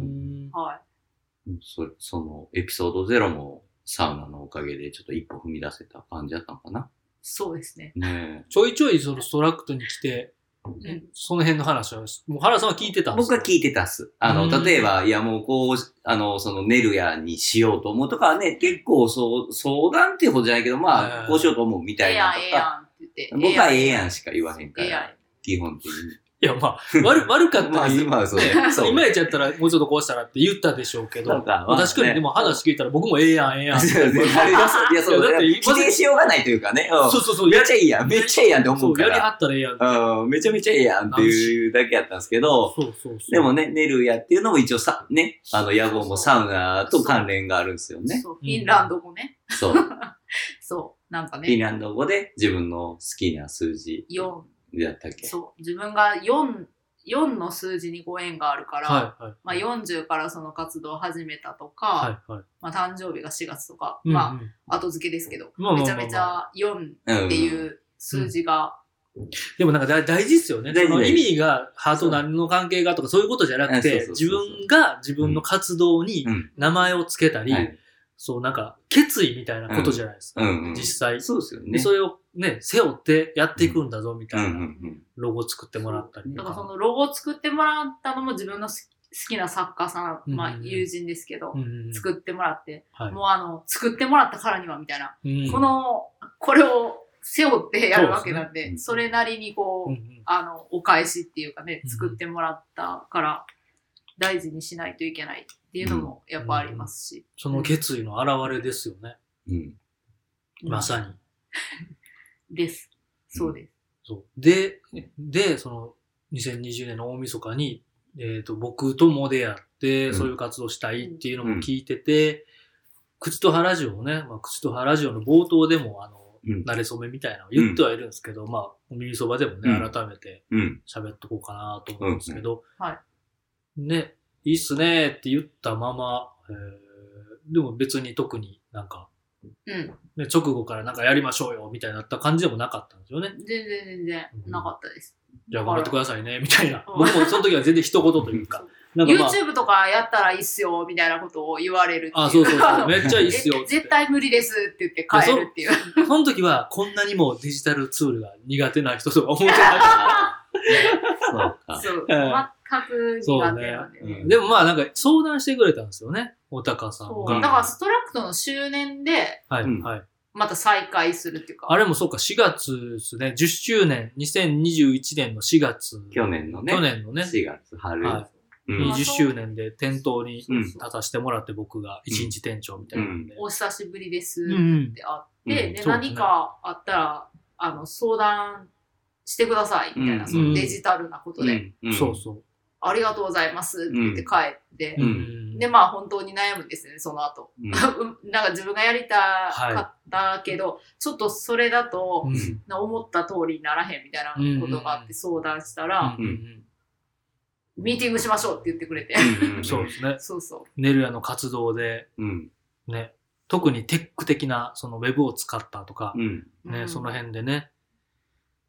そその、エピソードゼロもサウナのおかげでちょっと一歩踏み出せた感じだったのかな。そうですね。ねちょいちょいそのストラクトに来て、んその辺の話は、もう原さんは聞いて [laughs] たんです僕かは聞いてたっす。あの、うん例えば、いやもうこう、あの、その、ネルヤにしようと思うとかはね、結構そう、相談ってほどじゃないけど、まうあ、んこうしようと思うみえたえいや、なんとええやか、んって言って。僕はええん。やんしか言わへんかええやら、ん。基本的に。いや、 [laughs] まあ、悪、悪かった [laughs] まらあ、言う、今はそうだ。そう今やっちゃったら、もうちょっとこうしたらって言ったでしょうけど、そうかまあ確かにでも話聞いたら僕もええやん、ええやん。 [laughs] そうですねあれがそういや、そうだいやだってね。否定しようがないというかね。うんそうそうそう、めやっちゃいいやん。めっちゃいいやんって思そううかやりはら。ったらええやん。うん、めちゃめちゃええやんっていうだけやったんですけど、そうそうそう。でもね、ネルヤっていうのも一応さ、ね、あの、野望もサウナと関連があるんですよね。そう、フィンランド語ね。そう。フそう、なんかィンね、ランド語で自分の好きな数字4、だったっけそう、自分が4、4の数字にご縁があるから、はいはい。まあ、40からその活動を始めたとか、はいはい。まあ、誕生日が4月とか、うんうんまあ、後付けですけど、まあまあまあまあめちゃめちゃ4うんっていう数字が、でもなんか大大事ですよね。大事その大事意味が、ハート何の関係がとかそういうことじゃなくうんて、そうそ自うそうそう分が自分の活動にうん。名前をつけたり、はいそうなんか決意みたいなことじゃないですか。うんうん。実際。そうですよでね。それをね、背負ってやっていくんだぞみうたんういんなうん。ロゴ作ってもらったりだとからそか。のロゴを作ってもらったのも自分の好き好きな作家さん、まあうんうん友人ですけど、うんうんうん作ってもらって、はいもうあの、作ってもらったからにはみたいな、うんこの、これを背負ってやるわけなんで、そそうですねれなりにこう、うんうんあの、お返しっていうかねう、ん作ってもらったから、大事にしないといけないっていうのもやっぱありますし。その決意の表れですよね。うん。まさに。に。です。そうです。そう。で、で、その、2020年の大晦日に、えっ、と、僕とも出会って、うんそういう活動したいっていうのも聞いてて、口と葉ラジオをね、まあ、口と葉ラジオの冒頭でも、あの、うん慣れ初めみたいなのを言ってはいるんですけど、まあ、お耳そばでもね、うん改めてうん。喋っとこうかなと思うんですけど、うんはいね、いいっすねって言ったまま、えーでも別に特になんか、うん。ね、直後からなんかやりましょうよみたいになった感じでもなかったんですよね。全然全然なかったです。じゃあ頑張ってくださいね、みたいな。うん僕もその時は全然一言というか。なんかまあ、 YouTube とかやったらいいっすよ、みたいなことを言われるっていう。あ、そうそうあそ [laughs] のう、めっちゃいいっすよえって。絶対無理ですって言って帰るっていう。その時はこんなにもデジタルツールが苦手な人とか思ってなかっそうか。 [laughs] そう。ええ全く苦手なんでそうね [laughs] ね。た。でもまあなんか相談してくれたんですよね、おたかさんそう。だが。からストラクトの周年で、はい、うんはい。また再開するっていうか。あれもそうか、4月ですね、10周年、2021年の4月。去年のね。去年のね、 4月、春。はううんん。 20周年で店頭にうん立たせてもらって僕が一日店長みたいなんで。お久しぶりですうんうっん。てあって、うんでうそうでんすね何かあったらあの相談してくださいみたいな、うんそのデジタルなことで、うんそうそう。ありがとうございますって言って帰って、うんうんでまあ本当に悩むんですよねその後、 [laughs] うん。うんなんか自分がやりたかったけど、ちょっとそれだとう、んな思った通りにならへんみたいなことがあっうんて相談したら、うんうんミーティングしましょうって言ってくれて、うんそうですね。そうそうネルヤの活動で、うん。ね、特にテック的な、そのウェブを使ったとかう、ん。ね、うんその辺でね、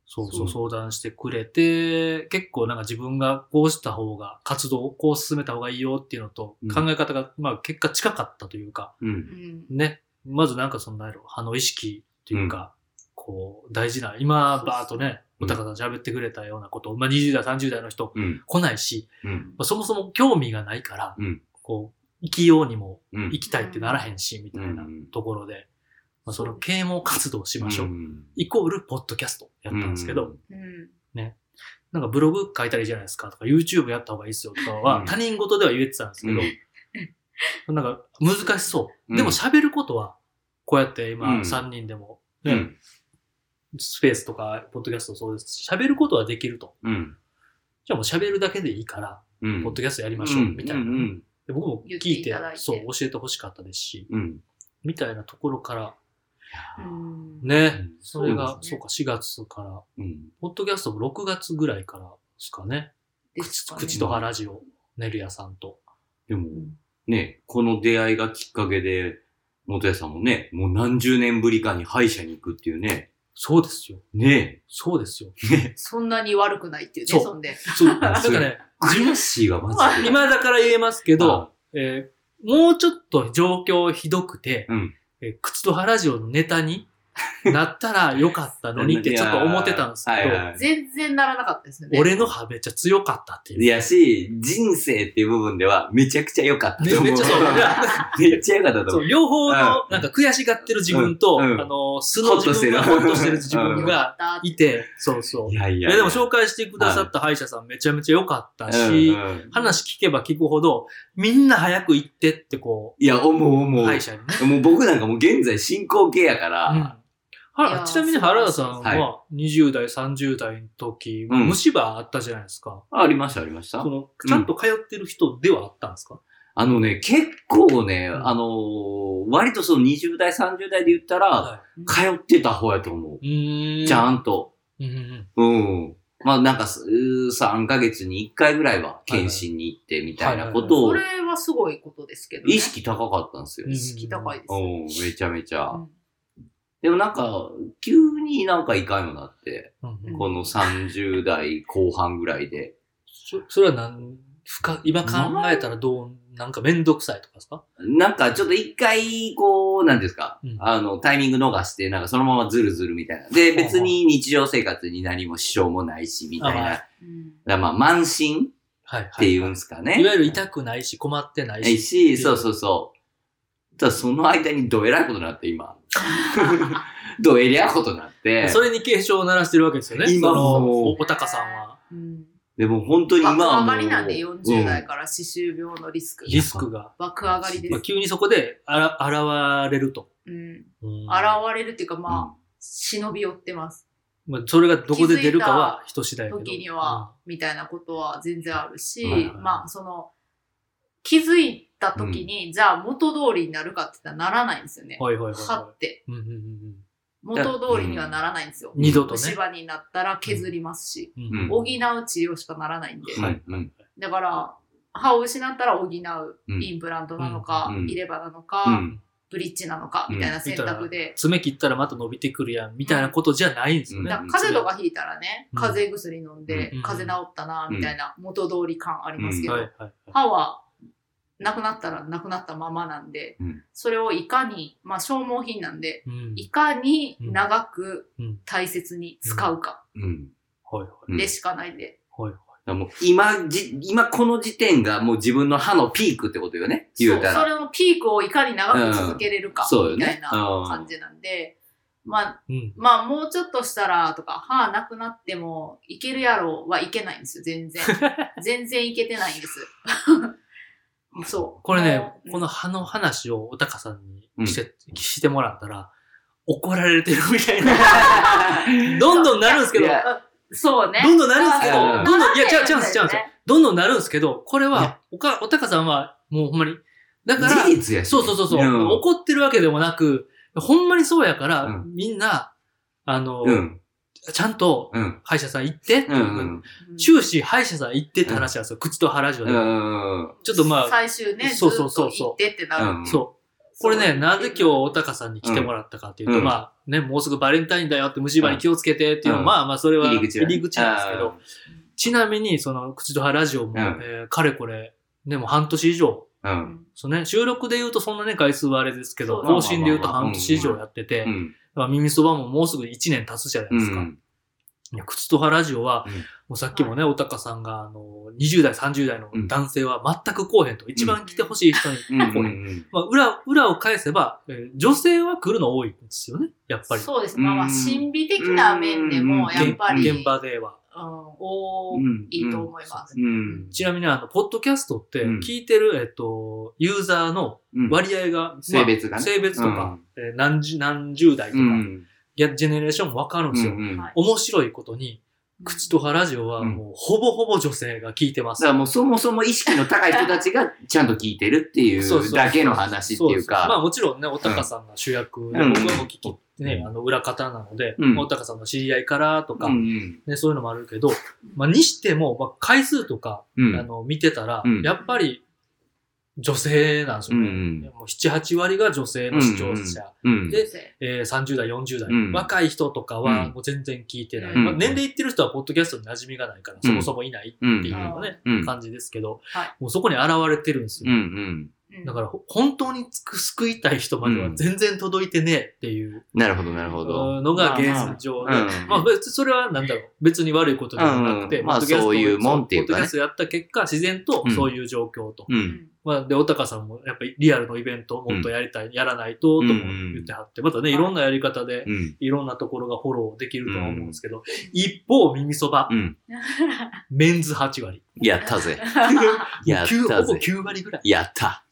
そうそうそ相談してくれて、結構なんか自分がこうした方が、活動をこう進めた方がいいよっていうのと、うん考え方が、まあ結果近かったというか、うんう。んね、まずなんかその、なんやろ、あの意識というか、こう、大事な、今、バーっとね、おうんたかさん喋ってくれたようなこと、まあ20代、30代の人うん。来ないし、うん。まあ、そもそも興味がないから、うんこう、生きようにもうん。行きたいってならへんし、みたいなところで、まあ、その啓蒙活動をしましょう、んイコールポッドキャストやったんですけど、うんなんかブログ書いたらいいじゃないですかとか、YouTube やった方がいいですよとかは、うん他人事では言えてたんですけど、なんか難しそうう。んでも喋ることは、こうやって今うん3人でも、うねん。スペースとか、ポッドキャストそうですし、喋ることはできると。うん。じゃあもう喋るだけでいいから、うん。ポッドキャストやりりましょう、みたいな。うん。で僕も聞言っていいてただい、てそう、教えてほしかったですし、うん。みたいなところから、うんね、うんそれがそう、ですそねうか、4月から、うん。ポッドキャストも6月ぐらいからですかね。ですかね口と葉ラジオ、ねるやさんと。でも、ね、この出会いがきっかけで、元谷さんもね、もう何十年ぶりかに歯医者に行くっていうね。そうですよ。ねそうですよ。そんなに悪くないっていうそね、うそん [laughs] で。そう、なんかね、悔しいわ、マジで。今だから言えますけけど、、えーもうちょっと状況ひどくて、うんえー口と葉ラジオのネタに、なったらよかったのにってちょっと思ってたんですけど、いやはいはい全然ならなかったですよね。俺の歯めっちゃ強かったっていう。いやし、人生っていう部分ではめちゃくちゃ良かったと思う。ねめっちゃそうめっちゃ良かったとそ思うう。両方の、なんか悔しがってる自分と、うんうんあの、素の自分が、ほほっっととししててるる自分よかがったいて、そうそう。いいやいやや、でも紹介してくださった歯医者さんめちゃめちゃ良かったうし、んうん話聞けば聞くほど、みんな早く行ってってこいや、思うう、思う。歯医者にね。もう僕なんかもう現在進行形やかうんら、はいやちなみに原田さんはは20代、30代の時、うん虫歯あったじゃないですか。ありましたありましたそ。のちゃんと通ってる人ではあったんですか、あのね、結構ね、うんあのー割とその20代、30代で言ったら、は通ってた方やと思う。い、うーん。ちゃんと。うんうんうん。うん。まあなんかす、3ヶ月に1回ぐらいは検診に行ってみたいなことそを、れはすごいことですけど、ね。意識高かったんですよう。ん意識高いですよね。うん、めちゃめちゃ。うんでもなんか、急になんかいかんようになって、うんうんこの30代後半ぐらいで。そそれはなん深今考えたらどう、なんかめんどくさいとかですかなんかちょっと一回、こう、なんていうんですか、うんあの、タイミング逃して、なんかそのままズルズルみたいな。で、別に日常生活に何も支障もないし、みたいな。あまあだかうんらまあ、慢心っはい、はてい。いうんですかね。いわゆる痛くないし、困ってないないし。し、そうそうそう。ただその間にどえらいことになって、 [laughs] 今。どえりゃいことになって。それに警鐘を鳴らしてるわけですよね。今そのもうおお高さんは。うん。でも本当に今爆はも上う。がりなんで40代うんから歯周病のリスク。リスクが。爆上がりでまあ、す。急にそこであら現れると。うん。うん現れるっていうか、まあ、忍び寄ってます。まあ、それがどこで出るかは人次第やけど。時には、みたいなことは全然あるし、はいはいまあ、その、気づいた時に、じゃあ元通りになるかって言ったらならないんですよね。うん。はいはいはい、ははって。いうんうんうんうん。元通りにはならないんですよ。二度とね。虫歯になったら削りますし、ううん補う治療しかならないんで。うんはいうんだから、歯を失ったら補ううインプラントなのか、うん入れ歯なのうか、ん。ブリッジなのか、みたいな選択で。爪切ったらまた伸びてくるやん、みたいなことじゃないんですようんね。だから風邪とかひいたらね、うん風邪薬飲んで、うん風邪治ったな、みたいな元通り感ありますけど、はいはいはい。歯はなくなったらなくなったままなんで、うんそれをいかに、まあ消耗品なんで、うんいかに長くうん大切に使うかうん。はいはいうんでしかないんで、はいはい。だからもう今じ、今この時点がもう自分の歯のピークってことよね。言うたそうそら。れのピークをいかに長く続けれるか、そうよみたいね。なうん感じなんで、まあ、うん。まあもうちょっとしたらとか、歯なくなってもいけるやろはいけないんですよ、全 [laughs] 然。全然いけてないんです。そう。これねもう、この歯の話をおたかさんにして、してもらったら、怒られてるみたいな。 [laughs] どんどんなるんですけど、いやそうね。どんどんなるんですけど、うんどんどん、いや、ちゃう、ちゃうんんです、ちゃうんですよ。どんどんなるんですけど、これいは、おか、おたかさんは、もうほんまに、だから、事実やし。そうそうそうそう、うん怒ってるわけでもなく、ほんまにそうやから、うんみんな、あの、うん。ちゃんとうん。歯医者さん行って、うん。うん。終始歯医者さん行ってって話なんですよ、口と歯ラジオうで。ん。うん。ちょっとまあ、最終ね、ずそっうそとうそうそう行ってってなる。うんそう。これね、なぜ今日、おたかさんに来てもらったかっていうと、うんまあ、ね、もうすぐバレンタインだよって虫歯に気をつけてっていうのは、うんまあまあ、それは入入りり口口はなんねですけど、ちなみに、その、口と歯ラジオも、んえーかれこれ、ね、もう半年以上、う。うんんそうね、収録で言うとそんなね、回数はあれですけど、そう更新で言うと半年以上やっててう、ん。まあ耳そばももうすぐ1年経つじゃなういですか。ん。いや口と歯ラジオは、うんもうさっきもね、おたかさんが、あの、20代、30代の男性は全く来おへんと、一番来てほしい人に来おへうんん。うん。まあ、裏、裏を返せば、えー女性は来るの多いんですよね、やっぱり。そうです。まあまうあ、ん神秘的な面でうも、んやっぱり、現現場では。うん、多うんいと思います。うん。ちなみに、あの、ポッドキャストって、うん聞いてる、えっと、ユーザーのうん。割合が、性別がね性別とか、えー何十、何十代とうか、ん。ギャジェネレーションもわかるんですよ。うん。はい面白いことに、口と歯ラジオは、もう、ほぼほぼ女性が聞いてまだす。からもうそもそも意識の高い人たちがちゃんと聞いてるっていそうそううそうだけの話っていうそそまあか。もちろんね、おたかさんが主役で、うん僕はもう聞き、ねう、んあの、裏方なので、うんおたかさんの知り合いからとか、うん。ね、そういうのもあるけど、まあにしても、まあ回数とか、うん。あの、見てたら、うんやっぱり、女性なんですよね。うんうんもう7、8割が女性の視聴者。うん。でそうえー30代、40代、うん若い人とかうはんもう全然聞いてない。うんまあ、年齢いってる人はポッドキャストに馴染みがないから、うんそもそもいないっうん。ていうのがね、うん感じですけど、はいもうそこに現れてるんですうよ。ん。うんうんだからほ本当につく救いたい人までは全然届いてねえっていうなるほど、なるほど。のが現状で、まあまあうんまあ別にそれはなんだろう、別に悪いことではなくて、うんまあポッドキャストそういうもんっていうかポッねドキャストやった結果、自然とそういう状況と。う。うんんまあ、で、おたかさんもやっぱりリアルのイベントをもっとやりたい、やらないと、とも言ってはって、またね、いろんなやり方で、うん。いろんなところがフォローできるとは思うんですけど、一方、耳そばう、ん。メンズ8割。やったぜ。 [laughs] やっ9ほたぼぜ。 9割ぐらい。やった。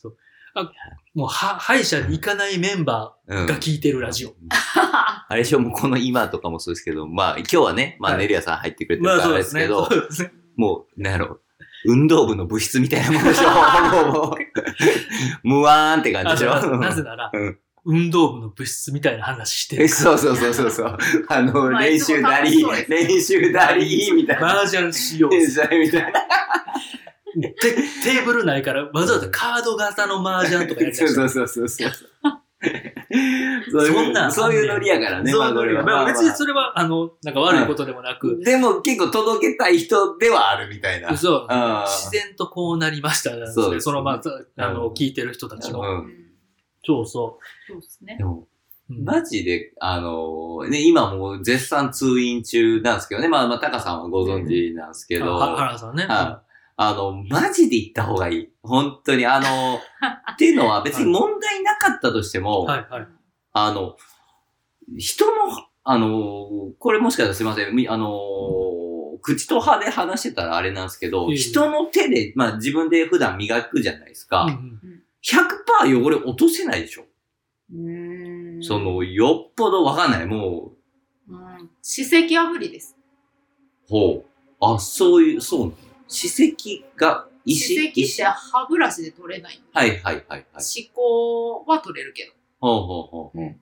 もうは、歯医者に行かないメンバうーんが。聞いてるラジオ。あれでしょ、もうこの今とかもそうですけど、まあ今日はね、まはあいネリアさん入ってくれてるからあれですけどそ、うですね。もう、なんやろ、運動部の部室みたいなもんでしょ、もうむわーんって感じあでしょ。のななぜならうん、運動部の部室みたいな話してえる。そうそうそうそうそう。あの、まあ練習ないつりも楽しそう、練習なり、みたいな。麻雀しよう。天才みたいな。でテーブルないから、わざわざカード型の麻雀とかやりたそりうしてそるうそうそうそう。そんなんそういうノリやからね、そうこれはまあ別にまあそれは、あの、なんか悪いことでもなく、でも結構届けたい人ではあるみたいな。そうあー自然とこうなりましたなんですねそうですそねの、まあ、ざあうの、ん聞いてる人たちの。ううんんそうそそうですねで。も、う。うんマジで、あのね、今もう絶賛通院中なんですけどね。まあ、まあ、タカさんはご存知なんですけど。あは原さんね。はい。あの、マジで行った方がいい。本当に。あの、っていうのは別に問題なかったとしても、はいはい。あの、人の、あの、これもしかしたらすいません、みあの、口と歯で話してたらあれなんですけど、いえいえ人の手で、まあ自分で普段磨くじゃないですか。うんうん100%汚れ落とせないでしょ。うんその、よっぽどわかんない。もう、うん、史跡破りです。ほう。あ、そういう、そうなの。歯石が、石、史跡って石歯ブラシで取れない。はいはいはいはい。歯垢は取れるけど。ほうほうほう。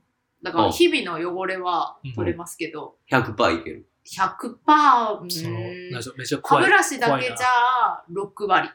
だかうらん日々の汚れは取れますけど、 100%いける。 100%、うその、なんでしん、ょうめっちゃ歯怖いブ。ラシだけじゃ6割。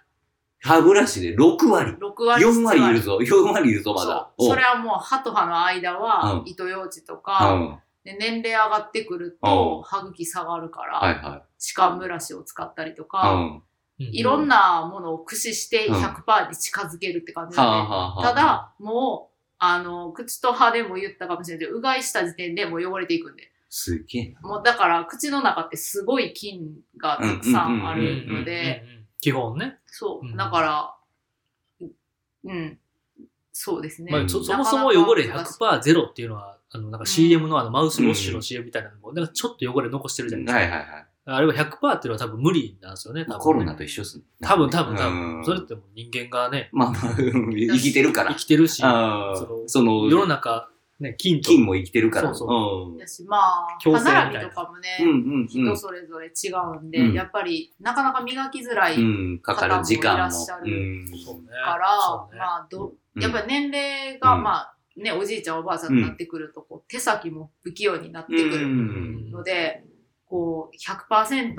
歯ブラシで6割。 6割。 4割いるぞ。4割いるぞ、まだ。そうおそれはもう歯と歯の間はうん糸ようじとうか、ん。で年齢上がってくるうんと歯茎下がるから、はいは歯間ブラシを使ったりとい。うか、ん。いいろんなものを駆使してうん100%に近づけるって感じで、はあはあはあた、だ、もう、あの、口と歯でも言ったかもしれないけど、うがいした時点でもう汚れていくんで。すげえな。もうだから、口の中ってすごい菌がたくさんあうんうんるうんうのんで、基本ね。そうんう、だから、うん、そうですね。まうあ、んそそなかもなかそも汚れ難しい100%ゼロっていうのは、あの、なんか CM のあの、マウスウォッシュの CM みたいなのも、なんかちょっと汚れ残してるじゃないですか。はいはいはい。あれは100%っていうのは多分無理なんですよね、多分ねコロナと一緒っすね。多分多分多う分。んそれってもう人間がね、まあまあ、うん生きてるから生。きてるし、あそのーその、世の中、ね、金と金も生きてるから。そうだし、まあ、強制歯みたいな並びとかもね、うんうんうんう人ん。それぞれ違うんで、うんやっぱりなかなか磨きづらいかうん、かかる時間も方。もういらっん。そうね。ら、そうねまあど、うんやっぱり年齢が、うんまあ、ね、おじいちゃんおばあちゃんになってくると、こう、手先も不器用になってくうるんので、こう、100%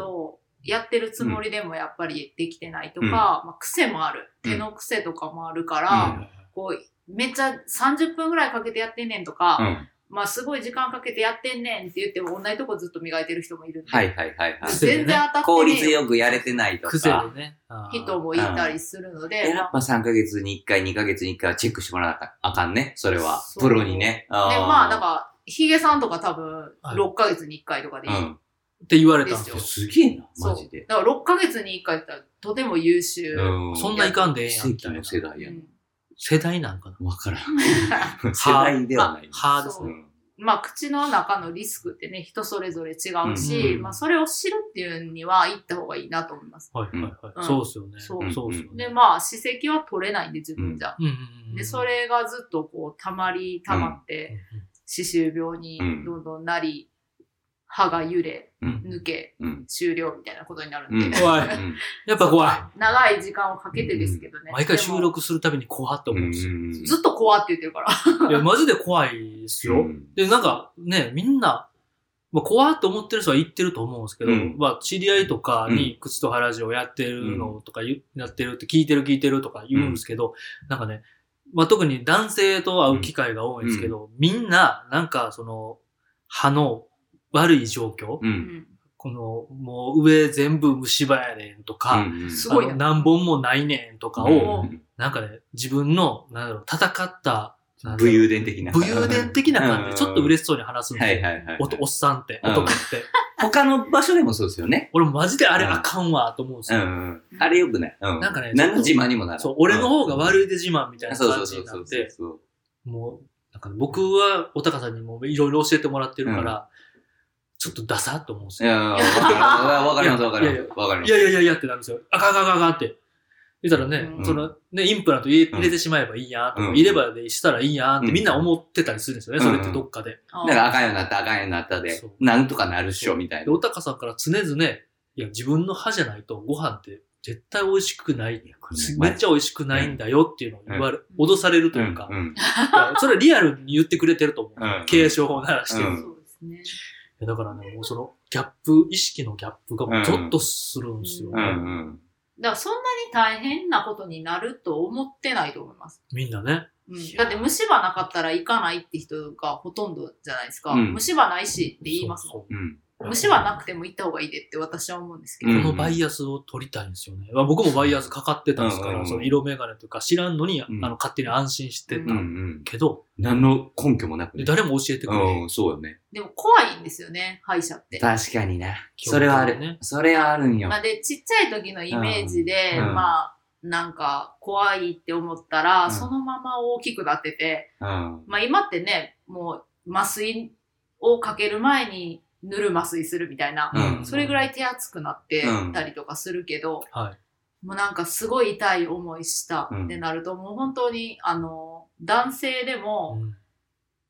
やってるつもりでもやっぱりできてないとか、うんまあ、癖もある。うん手の癖とかもあるかはら、いはいはいこう、めっちゃ30分ぐらいかけてやってんねんとか、うんまあ、すごい時間かけてやってんねんって言っても、同じとこずっと磨いてる人もいるんで、はいはいはいはい。癖全然当たっ効てね率えよよくやれてないと癖か。でね。あー人もいたりするので、やっぱ3ヶ月に1回、2ヶ月に1回はチェックしてもらわなあかんあかんね。それは。そプうロにね。で、で、まあ、だから、ヒゲさんとか多分、はい6ヶ月に1回とかでいい。うん。って言われたんですよ。すげえな、そうマジで。だから、6ヶ月に1回だったら、とても優秀。うそんないかんでええやんみ奇たいな跡の。世代うやん世代なんかなわからん。世代ではない。歯ですそうね。ん [laughs] まあ、口の中のリスクってね、人それぞれ違うし、うんまあ、それを知るっていうには、行った方がいいなと思います。はいはいはい。うんそうっすよね。そううそうっすよね。で、まあ、歯石は取れないんで、自分じゃ。うんうんうんで、そ、れがずっと、こう、たまり、たまって、歯周病にどんどんなり、歯が揺れ、うん抜け、うん。終了みたいなことになるんうで、ん。怖いうんやっぱ怖い。長い時間をかけてですけどね。毎回でも収録するたびに怖って思うんですよ。うんずっと怖って言ってるから。いや、マジで怖いですうよ。んで、なんかね、みんな、まあ、怖って思ってる人は言ってると思うんですけど、うんまあ、知り合いとかに、口と腹地をやってるのとか言う、やってるって聞いてる聞いてるとか言うんですけど、なんかね、まあ、特に男性と会う機会が多いんですけど、みんな、なんかその、歯の悪い状況、うん。この、もう上全部虫歯やねんとか、うんうんすごいなあの何本もないねんとかを、うんなんかね、自分の、なんだろう、戦った、なんだろ武う勇伝的な。武勇伝的な感じうんで、ちょっと嬉しそうに話すんですはよ。いはいはい。おとおっさんって、うん男って。他の場所でもそうですよね。俺マジであれうんあかんわと思うんですうよ。んうん。あれよくない。うん。なんかね何の自慢にもなる。そう、俺の方がい悪いで自慢みたいなそうそ感うじそうになそっうて、そう。もう、なんかね僕はお高さんにもいろいろ教えてもらってるから、ちょっとダサっと思うんですいよ。や、わかります、わかります、わかりまいす。やいやいやいやってなるんですよ。あかんあかんあかんって。言ったらね、うんその、ね、インプラント入れうん入れてしまえばいいやんとか、うん入れ歯でしたらいいやんってみんな思ってたりするんですよね、うそんれってどっかで。あなんかあかんようになった、あかんようになったでそう、なんとかなるっしょ、みたいで、な。お高さんから常々、いや、自分の歯じゃないとご飯って絶対美味しくない。めっちゃ美味しくないんだよっていうのを言われ、うん脅されるとういうんか、ういんやそれリアルに言ってくれてると思う。うん警鐘を鳴らしてる。うんそうですね。いやだからね、もうそのギャップ、意識のギャップがもうゾッとするんですよ。ううんうん。だからそんなに大変なことになると思ってないと思います。みんなね。ういん、やだって虫歯なかったら行かないって人がほとんどじゃないですか。うん虫歯ないしって言いますもん。そううそうん。虫歯なくても行った方がいいでって私は思うんですけど。うこんのバイアスを取りたいんですよね。まあ、僕もバイアスかかってたんですから、うんその色眼鏡というか知らんのに、うんあの勝手に安心してうたんうん。けど、何の根拠もなくでね。誰も教えてくれない。うん、そうよね。でも怖いんですよね、歯医者って。確かにな。興味それはああるるね。それはあるんよま。あ、で、ちっちゃい時のイメージで、うんまあ、なんか怖いって思ったら、うんそのまま大きくなってて、うん。まあ今ってね、もう麻酔をかける前に塗る麻酔するみたいな、うんそれぐい。らい手厚くなってたりとかするけど、はい。もうなんかすごい痛い思いしたってなると、もう本当に、あの、男性でも、うん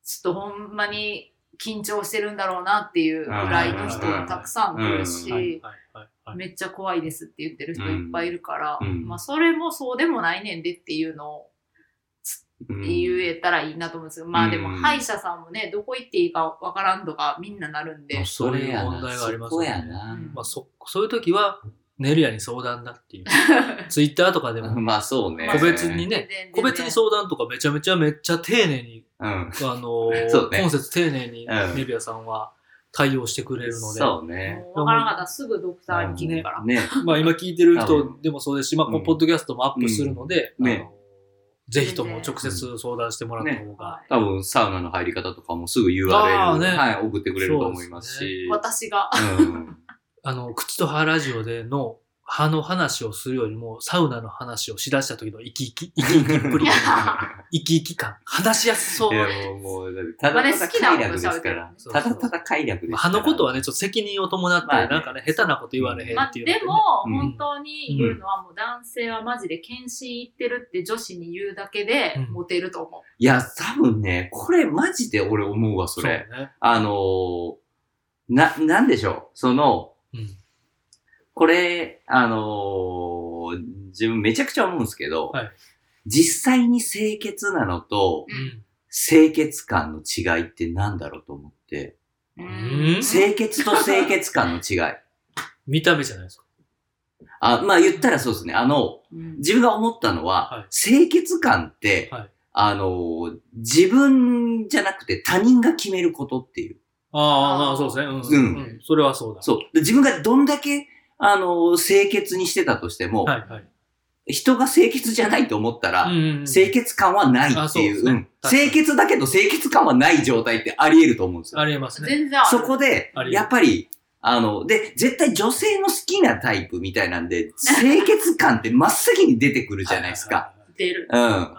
ちょっとほんまに緊張してるんだろうなっていうぐらいの人がたくさん来るし、はいはいはいはい。めっちゃ怖いですって言ってる人いっぱいいるから、うんうんまあそれもそうでもないねんでっていうのをうん言えたらいいなと思うんですけど、まあでもうん歯医者さんもね、どこ行っていいかわからんとかみんななるんで、そういう問題がありますよそこねやな。まあ、そ、そういう時は、ネルヤに相談だ [laughs] っていう。ツイッターとかでも、まあそうね。個別に全ね、然全然個別に相談とかめちゃめちゃめっちゃ丁寧に、うん。あのー [laughs] そうね今節丁寧にうんネビアさんは対応してくれるので、そうね。もうわからなかったらすぐドクターに聞くから。ね。まあ今聞いてる多人分でもそうですし、まあこううんポッドキャストもアップするので、うんあのーねぜひとも直接相談してもらった方が、はい多分サウナの入り方とかもすぐ URL、あーねはい、送ってくれると思いますし。私が、うんあの、口と歯ラジオでの歯の話をするよりも、サウナの話をしだした時の生き生き、生き生きっぷ [laughs] り、生き生き感、話しやす [laughs] そういなや、もう、もう、だってただただ快楽ですから。そうそうただただ快楽ですまあから。歯のことはね、ちょっと責任を伴って、まあねなんかね、下手なこと言われへんまあっていうのでね、も、うん本当に言うのはもう男性はマジで検診行ってるって女子に言うだけでうんモテると思う。いや、多分ね、これマジで俺思うわ、それ。そうね。あのー、な、なんでしょう。その、うん。これ、あのー、自分めちゃくちゃ思うんですけど、はい実際に清潔なのと、うん清潔感の違いってなんだろうと思って、うん清潔と清潔感の違い。見た目じゃないですか。あ、まあ言ったらそうですね。あの、うん自分が思ったのは、はい清潔感って、はいあのー、自分じゃなくて他人が決めることっていう。ああ、あーまあそうですね。うん。うんうんそれはそうだ。そう。で自分がどんだけ、あのー、清潔にしてたとしても、はいはい。人が清潔じゃないと思ったら、うんうん清潔感はないあっそてうでいすう。ねうん確かに清潔だけど清潔感はない状態ってあり得ると思うんですよあ。りえますね。全然ある。そこであり、やっぱり、あの、で、絶対女性の好きなタイプみたいなんで、清潔感って真っ先に出てくるじゃないですは [laughs] か。はははい。出る。うん。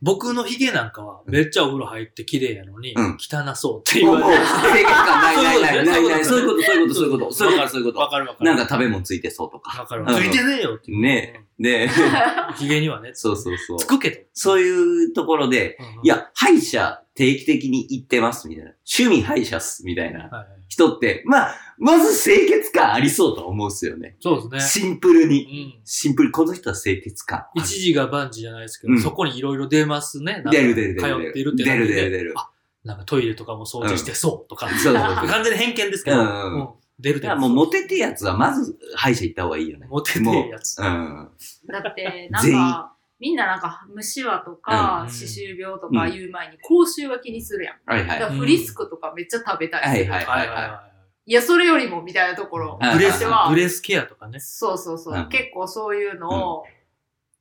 僕のヒゲなんかは、めっちゃお風呂入って綺麗やのにうん、汚そうって言もうわもうれる。清潔感ないないないないない。そういうこと、そういうこと、そういうこと、そういうこと、そういうこわかるわかと。る。なんか食べ物ついてそうとか。わかるうんついてねえよって。ね [laughs] で、うん。ヒゲにはね、そうそうそう。つくけど。そういうところで、うんい、や、歯医者定期的に行ってますみたいな。趣味歯医者っすみたいなはいはい人って、まあ、まず清潔感ありそうと思うんですよね。そうですシンプルに。ね。うん。シンプル、この人は清潔感ある。一時が万事じゃないですけど、うんそこにいろいろ出ますね。なんか出る出る出通る。っているって出だけるで出る出る。あなんかトイレとかも掃除してそうと [laughs] か。そうそうそう。完全に偏見ですけど、うんうんうんうん出るだ出からる。もうモテてやつはまず歯医者行った方がいいよね。モテてるやつ。うん。だって、なん全員か、みんななんか虫歯とかうん歯周病とか言う前に口臭は気にするやん。はいはだい。からフリスクとかめっちゃ食べたはいいするはいはいはい。い。いや、それよりもみたいなところうんブレ私ス、はブ、レスケアとかね。そうそうそう、うん結構そういうのを、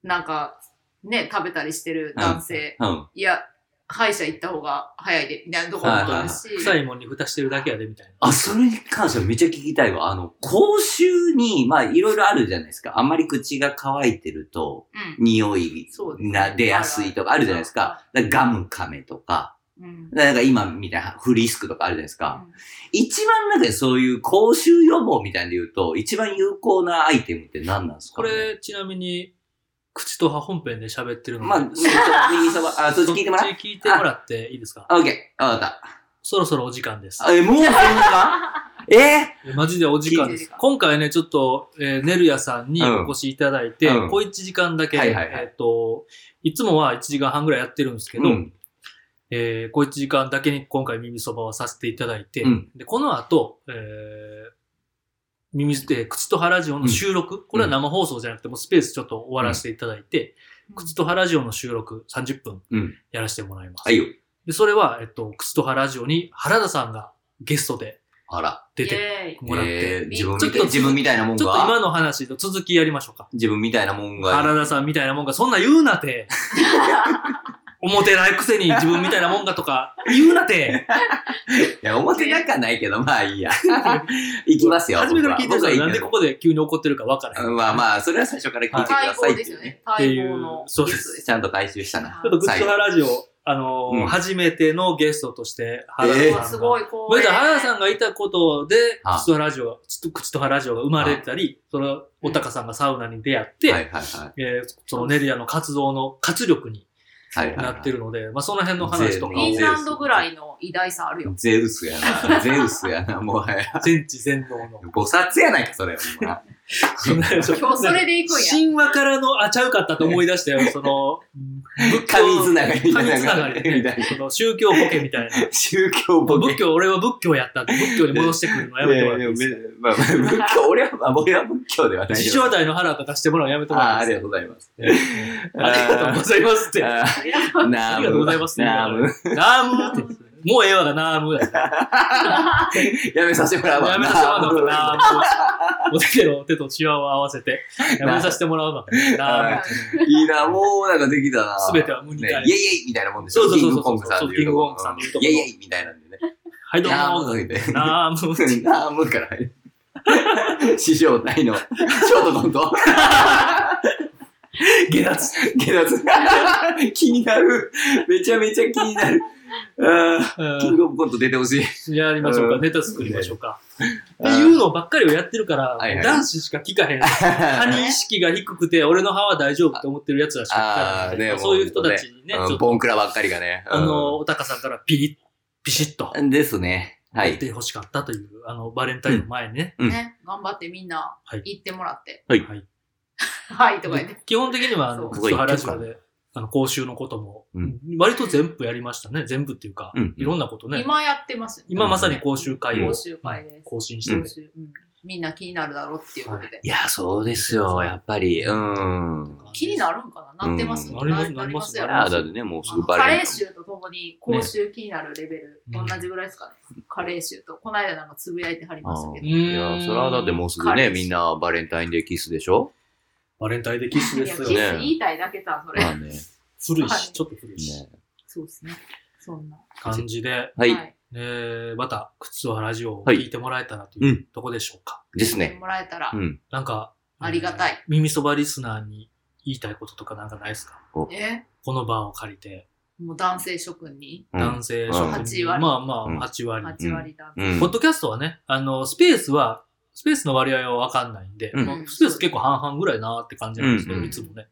なんか、ね、食べたりしてる男性、うん。いや、歯医者行った方が早いで、みたいなところもあるし、臭いもんに蓋してるだけやで、みたいな。あ、それに関してはめっちゃ聞きたいわ。あの、口臭に、まあ、いろいろあるじゃないですか。あんまり口が乾いてると、うん。匂いそうですねが出やすいとかあるじゃないですか。だからガム噛めとか、うん。なんか今みたいなフリスクとかあるじゃないですか。一番なんかそういう口臭予防みたいなんで言うと、一番有効なアイテムって何なんですかこね、れ、ちなみに、口と歯本編で喋ってるのでまあ、右そば、あ、そっち聞いてもらうそっち聞いてもらっていいですかオッケー、わかっそろそろお時間ですた。。え、もう [laughs] そんなええマジでお時間でいいですす。か今回ね、ちょっと、えー、ねるやさんにうんお越しいただいて、うん小1時間だけ、はいはいはいえっ、と、いつもは1時間半ぐらいやってるんですけど、うん。えー、小1時間だけに今回耳そばはさせていただいて、うんで、この後、えー、耳す、えー口と歯ラジオの収録、これは生放送じゃなくて、もうスペースちょっと終わらせていただいて、口と歯ラジオの収録30分うん。やらせてもらいます。はいよ。で、それは、えっと、口と歯ラジオに原田さんがゲストであら。出イてェーイもらって、えー自分みちょったいと自分みたいなもんちょっと今がの話と続きやりましょうか。自分みたいなもんが。原田さんみたいなもんが、そんな言うなて。思てないくせに自分みたいなもんがとか言うなて。いや、表なんかないけど、ま [laughs] あいいや。いきますよ。初めから聞いてる僕かはら僕なはんいいでけこどこで急に怒ってるかわからへん。うんまあまあ、それは最初から聞いてく待ださい望ってですいうよね。ね。って待いう望のそうでゲすストですち。ゃんと回収したな。ちょっとグッドハラジオ、あのーうん初めてのゲストとして原え田さーんあが。すごい光栄。まあ言うたら原田さんがいたことで、あ口とラジオ、口とラジオが生まれたり、その、おたかさんがサウナに出会って、はいはいはい。えーそのネリアの活動の活力にはいはいはいなってるので、まあその辺の話とかフをィンランドぐらいの偉大さあ [laughs] るよ。ゼウスやな。ゼウス [laughs] やな、もはや。全知全能 [laughs] の。菩薩やないか、[laughs] それ。ほんま今日それで行くんや。神話からの、あ、ちゃうかったと思い出したよ。その、仏神つながりみたいな神つながりでみたいなその宗教ボケみたいな。宗教ボケ仏。教、俺は仏教やったって、仏教に戻してくるのやめてもらっいてやいいいですやめ [laughs] まあまあ、仏教、俺は、まあ、俺は仏教ではか。ないけ師ど。匠代の腹を立たしてもらうのやめてもああ、らっあていりいがとうございます。ですか。ありがとうございますって。ああーなりがとうございますって。なナあーむム。ナームって。もうええわがナームだった。やめさせてもらうわ。やめさせてもらおうのかなーム。お手と手とチワワを合わせ [laughs] て、やめさせてもらうのかなーム。いいな、もうなんかできたな。すべては無にね、返イす。ェイイェイみたいなもんでしそょ。うそうそうそうキングコングさんそで言うとこうキングコングさんで言うとこイェイイェイみたいなんでね。はい、どうナーもムみたいー。な。ナームって。 [laughs] ナームから入る。師匠大のショートコント。下脱。けど、 [laughs] 気になる。めちゃめちゃ気になる。あーキングオブコント出て [laughs] ほしい。やりましょうか。うんネタ作りましょうか。ってうんいうのばっかりをやってるからはいは、い男子しか聞かへん。歯に意識が低くて、俺の歯は大丈夫って思ってるやつらしか聞かあーへねん。そういう人たちにね、ちうょんっと、ボンクラばっかりがね。あの、おたかさんからピリッ、ピシッとうんですね。は言っい。てほしかったという、あの、バレンタインの前にね。うんね、頑張ってみんなはい行ってもらって。はいはいはい、とか言って。基本的には、あの、そう靴と原島で、あの、講習のこともうん、割と全部やりましたね。全部っていうかうん、いろんなことね。今やってますよね。今まさに講習会を講習会です更新してそうる。ですようんみんな気になるだろうっていうことで。いや、そうですよ、やっぱり。うん。気になるんかななってまうす、んなりますいなよりまやすだってね、もうすあぐのバカレレるー。臭とともに口臭気になるレベル、ね同じぐらいですかね。カレー臭と、この間なんかつぶやいてはりましたけうど。いーや、んそれはだってもうすぐね、みんなバレンタインデーキスでしょバレンタインでキスでいや、すキよスね。言いたいだけだ、それ。まあね。ね古いはし、いちょっと古いし、そうですね。そんな。感じで、はい。えー、また、靴とはラジオを聞いてもらえたらとはいううんとこでしょうか。ですね。もらえたらう。ん。なんか、ありがたいえー耳そばリスナーに言いたいこととかなんかないですかえこの場を借りて、もう男性諸君にうん男性職うん人、 8割まあまうんあ、8割。 8割男性。うんポッドキャストはね、あの、スペースは、スペースの割合はわかんないんで、うんまあスペース結構半々ぐらいなって感じなんですけど、うんいつもね。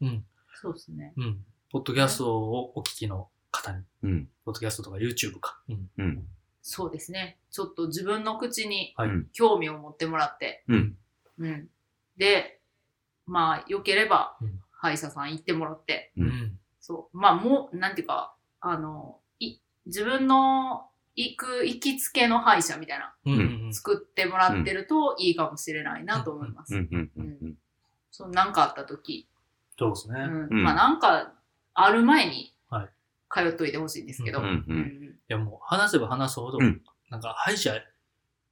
うん。そうですね。うん。ポッドキャストをお聞きの方に、うん。ポッドキャストとか YouTube か。うん。うん。そうですね。ちょっと自分の口にはい。うん興味を持ってもらって、うん。うん。で、まあ、良ければうん、歯医者さん行ってもらって、うんうん。そう。まあ、もう、なんていうか、あの、い、自分の行く、行きつけの歯医者みたいな、うん。うんうん作ってもらってるといいかもしれないなと思います。うん。うん。うん。そう、なんかあった時、そうですね。うん。うんまあ、なんか、ある前にはい、通っといてほしいんですけど、うんうんうんいやもう話せば話すほど、うんなんか歯医者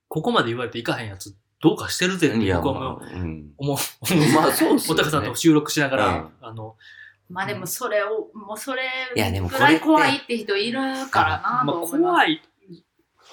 ここまで言われていかへんやつ、どうかしてるぜって僕はもうまあうん思う。 [laughs] まあそうっすおよねたかさんと収録しながら、あの、まあでもそれを、もうそれいやでもぐこれらい怖いって人いるからなまあと思います。怖い。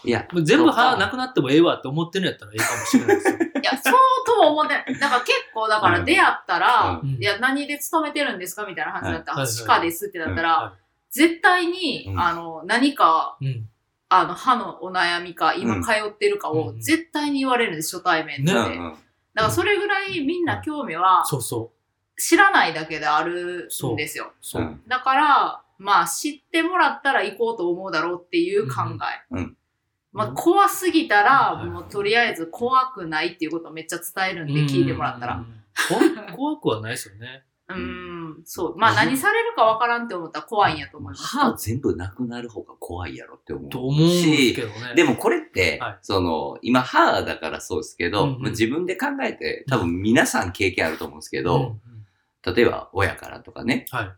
いや、全部そうか歯なくなってもええわって思ってるんやったらええかもしれない [laughs] ですよ。いや、そうとも思ってない。だから結構、だから出会ったら、うんいや、何で勤めてるんですかみたいな話だったら、はい歯科ですってなったら、はいはい絶対に、うんあの、何か、うん。あの、歯のお悩みか、今うん通ってるかをうん絶対に言われるんです、初対面で。ねうんだうかんらそれぐらいみんな興味は、そうそう。知らないだけであるんですよ。そう。うんだから、まあ、知ってもらったら行こうと思うだろうっていう考え。うんうんまあ、怖すぎたら、うんもうとりあえず怖くないっていうことをめっちゃ伝えるんで、聞いてもらったら。うん。こ怖くはないですよね。ううんん、そう。まあ、何されるかわからんって思ったら怖いんやと思 [laughs] います。歯全部なくなる方が怖いやろって思う。と思うんですけどね。でもこれって、はいその、今、歯だからそうですけど、うんうんまあ自分で考えて、多分皆さん経験あると思うんですけど、うんうん例えば親からとかね、はい。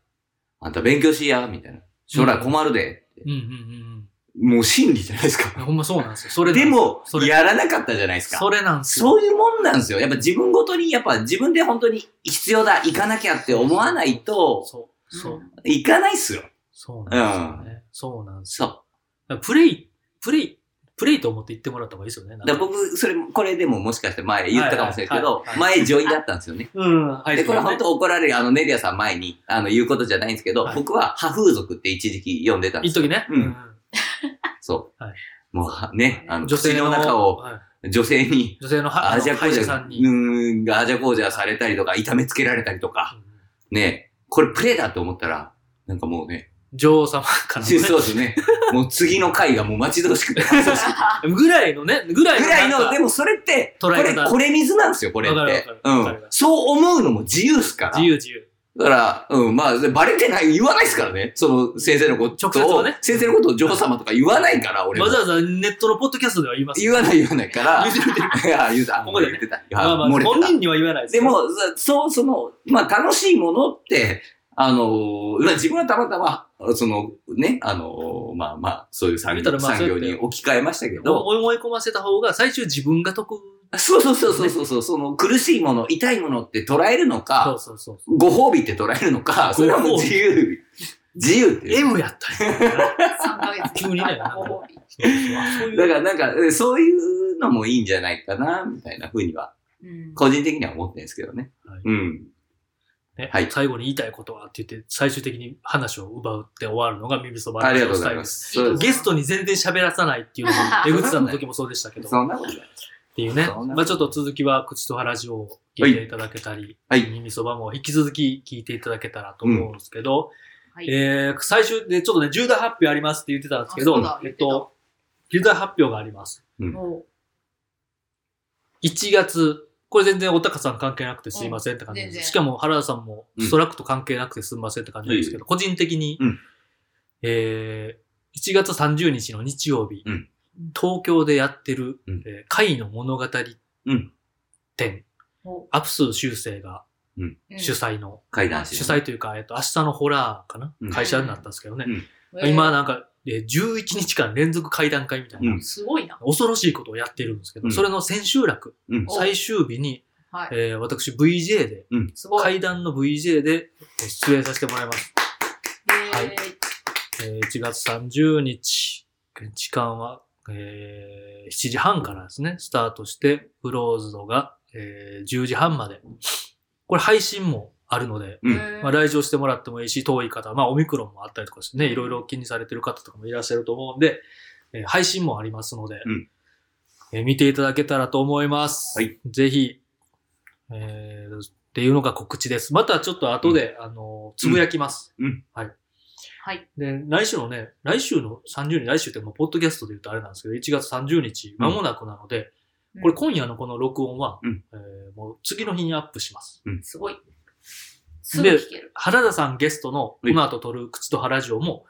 あんた勉強しいや、みたいな。将来困るで、ってうんうんもう真理じゃないですうん。か。ほんまそうなんですよ。それなんよでもそ、れやらなかったじゃないですか。それなんですよ。そういうもんなんですよ。やっぱ自分ごとに、やっぱ自分で本当に必要だ、行かなきゃって思わないと、そう。そう。行かないっすよ。そうなんですよね。そうなんですよ。そだからプレイ、プレイ、プレイと思って言ってもらった方がいいですよね。なんう。かだから僕、それ、これでももしかして前言ったかもしれないけどはいはい、は前上位だったんですよね。うん。はい。で、これ本当当怒られる、あの、ネリアさん前に、あの、言うことじゃないんですけど、はい僕は、破風俗って一時期読んでたんで一すよ。時ね。うんんそう。はいもうは、ね、あの、女性の口の中をはい女性に、女性のはアあジのャコ歯医ージ者ャ、さんに。うーん、アジャコージャされたりとか、痛めつけられたりとか、うんね、これプレイだと思ったら、なんかもうね、女王様かな、 [laughs] そうですね、もう次の回がもう待ち遠 [laughs] しくて、待ち遠しくてぐらいのね、ぐらいのぐらいなんの、かでもそれって、こ捉えれ、方これ水なんですよ、これっわかるわてかる。うわかるん。そう思うのも自由っすから。自由自由。だから、うん、まあ、バレてない、言わないですからね。その、先生のことを、直接はね先生のことを女王様とか言わないから、俺もわ。ざわざネットのポッドキャストでは言います。言わない言わないから。言っていや、言うた。ここで言ってた。いやまあまあ、漏れ本て人には言わないでた。すけでど。も、そそう、その、まあ、楽しいものって、あのー、まあ、自分はたまたま、その、ね、あのー、まあまあ、そういう産言ったら業まあ産業そうやにって置き換えましたけど、思い込ませた方が最終自分が得。そうそうそうそうそうそう、その苦しいもの、痛いものって捉えるのそかう、そうそう。ご褒美って捉えるのか、それはもう自由。自由っていう。 M やったりとかね3ヶ月急にねなんか [laughs] ご褒美そうだいうからなんか、えそういうのもいいんじゃないかな、みたいな風には、うん個人的には思ってるんですけどね。はいうん。ねはい最後に言いたいことはって言って、最終的に話を奪うって終わるのが耳そばありがとうごスざタイいルま。ですいいそうとでゲストに全然喋らさないっていうのも、江口さんの時もそうでしたけすど、っ [laughs] そんなことないていうねそんなこ。とまあちょっと続きは、口と原ジオを聞いていただけたり、はいはい耳そばも引き続き聞いていただけたらと思うんですけど、はいえー、最終でちょっとね、重大発表ありますって言ってたんですけあそうどだ、えっと、重大発表があります。も1月、これ全然おたかさん関係なくてすいませんって感じうんで全す。然しかも原田さんもうんストラックと関係なくてすいませんって感じなんですけど、個人的に、うんえー、1月30日の日曜日、うん東京でやってる、うんえー貝の物語展、うんう、アプス修正がうん主催の、階段主催というか、えっと、明日のホラーかな、うん会社になったんですけどね。えー今なんか、えー11日間連続会談会みたいな、うんすごいな。恐ろしいことをやってるんですけど、うんそれの千秋楽、うんお最終日に、はい。えー私 VJ で、すごい。会談の VJ でえー出演させてもらいます。はいえー1月30日、時間は、えー7時半からですね、スタートして、クローズドが、えー10時半まで。これ配信もあるので、うんえーまあ、来場してもらってもいいし、遠い方、まあ、オミクロンもあったりとかしてね、いろいろ気にされてる方とかもいらっしゃると思うんで、えー配信もありますので、うんえー見ていただけたらと思います。はいぜひ、えーっていうのが告知です。またちょっと後で、あの、つぶやきます。うんはい。はい。で、来週のね、来週の30日、来週ってもうポッドキャストで言うとあれなんですけど、1月30日、間もなくなので、うんこれ今夜のこの録音は、うんえーもう次の日にアップします。すごい。すぐ聞ける。原田さんゲストの、この後撮る口と原ジオも、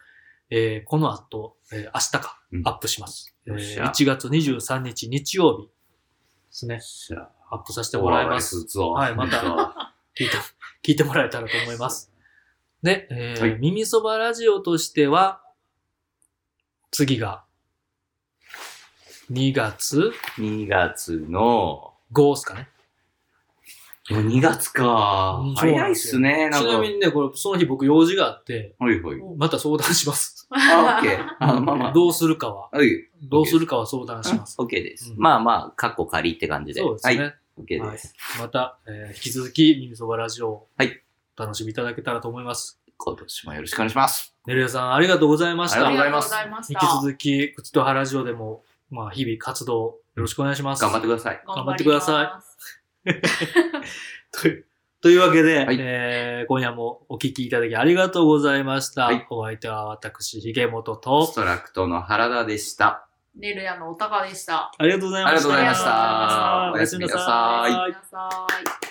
えーこの後、えー明日かうん、アップします。よっえしーゃ1月23日日曜日ですね、しゃアップさせてもらいます。はいまた聞いて、聞いてもらえたらと思います。で、えーはい耳そばラジオとしては、次が、 2月2月の、 5ですかね。もう2月かうん。そうな早んいでっすすよね、ちなんか。なみにね、これ、その日僕用事があって、はいはい。また相談します。あ、オッケ [laughs] ー。あ、まあまあ。どうするかは、はい。どうするかは相談します。オッケーです。うんまあまあ、カッコ仮って感じで。そうですはね。い。オッケーはでいす。、また、えー引き続き、耳そばラジオをはいお楽しみいただけたらと思います。今年もよろしくお願いします。ねるやさん、ありがとうございましあた。りがとうごあざりがとうございまし引た。き続き、口と葉ラジオでも、まあ、日々活動よろしくお願いします。頑張ってください。頑張ってください頑張ります。という [laughs] というわけで、はいえー今夜もお聞きいただきありがとうございました。はいお相手は私、ひげもとスと、トラクトの原田でした。ねるやのおたかでした。ありがとうございました。ありがとうございましたおやすみなさおやすみなさいい。ごめんなさい。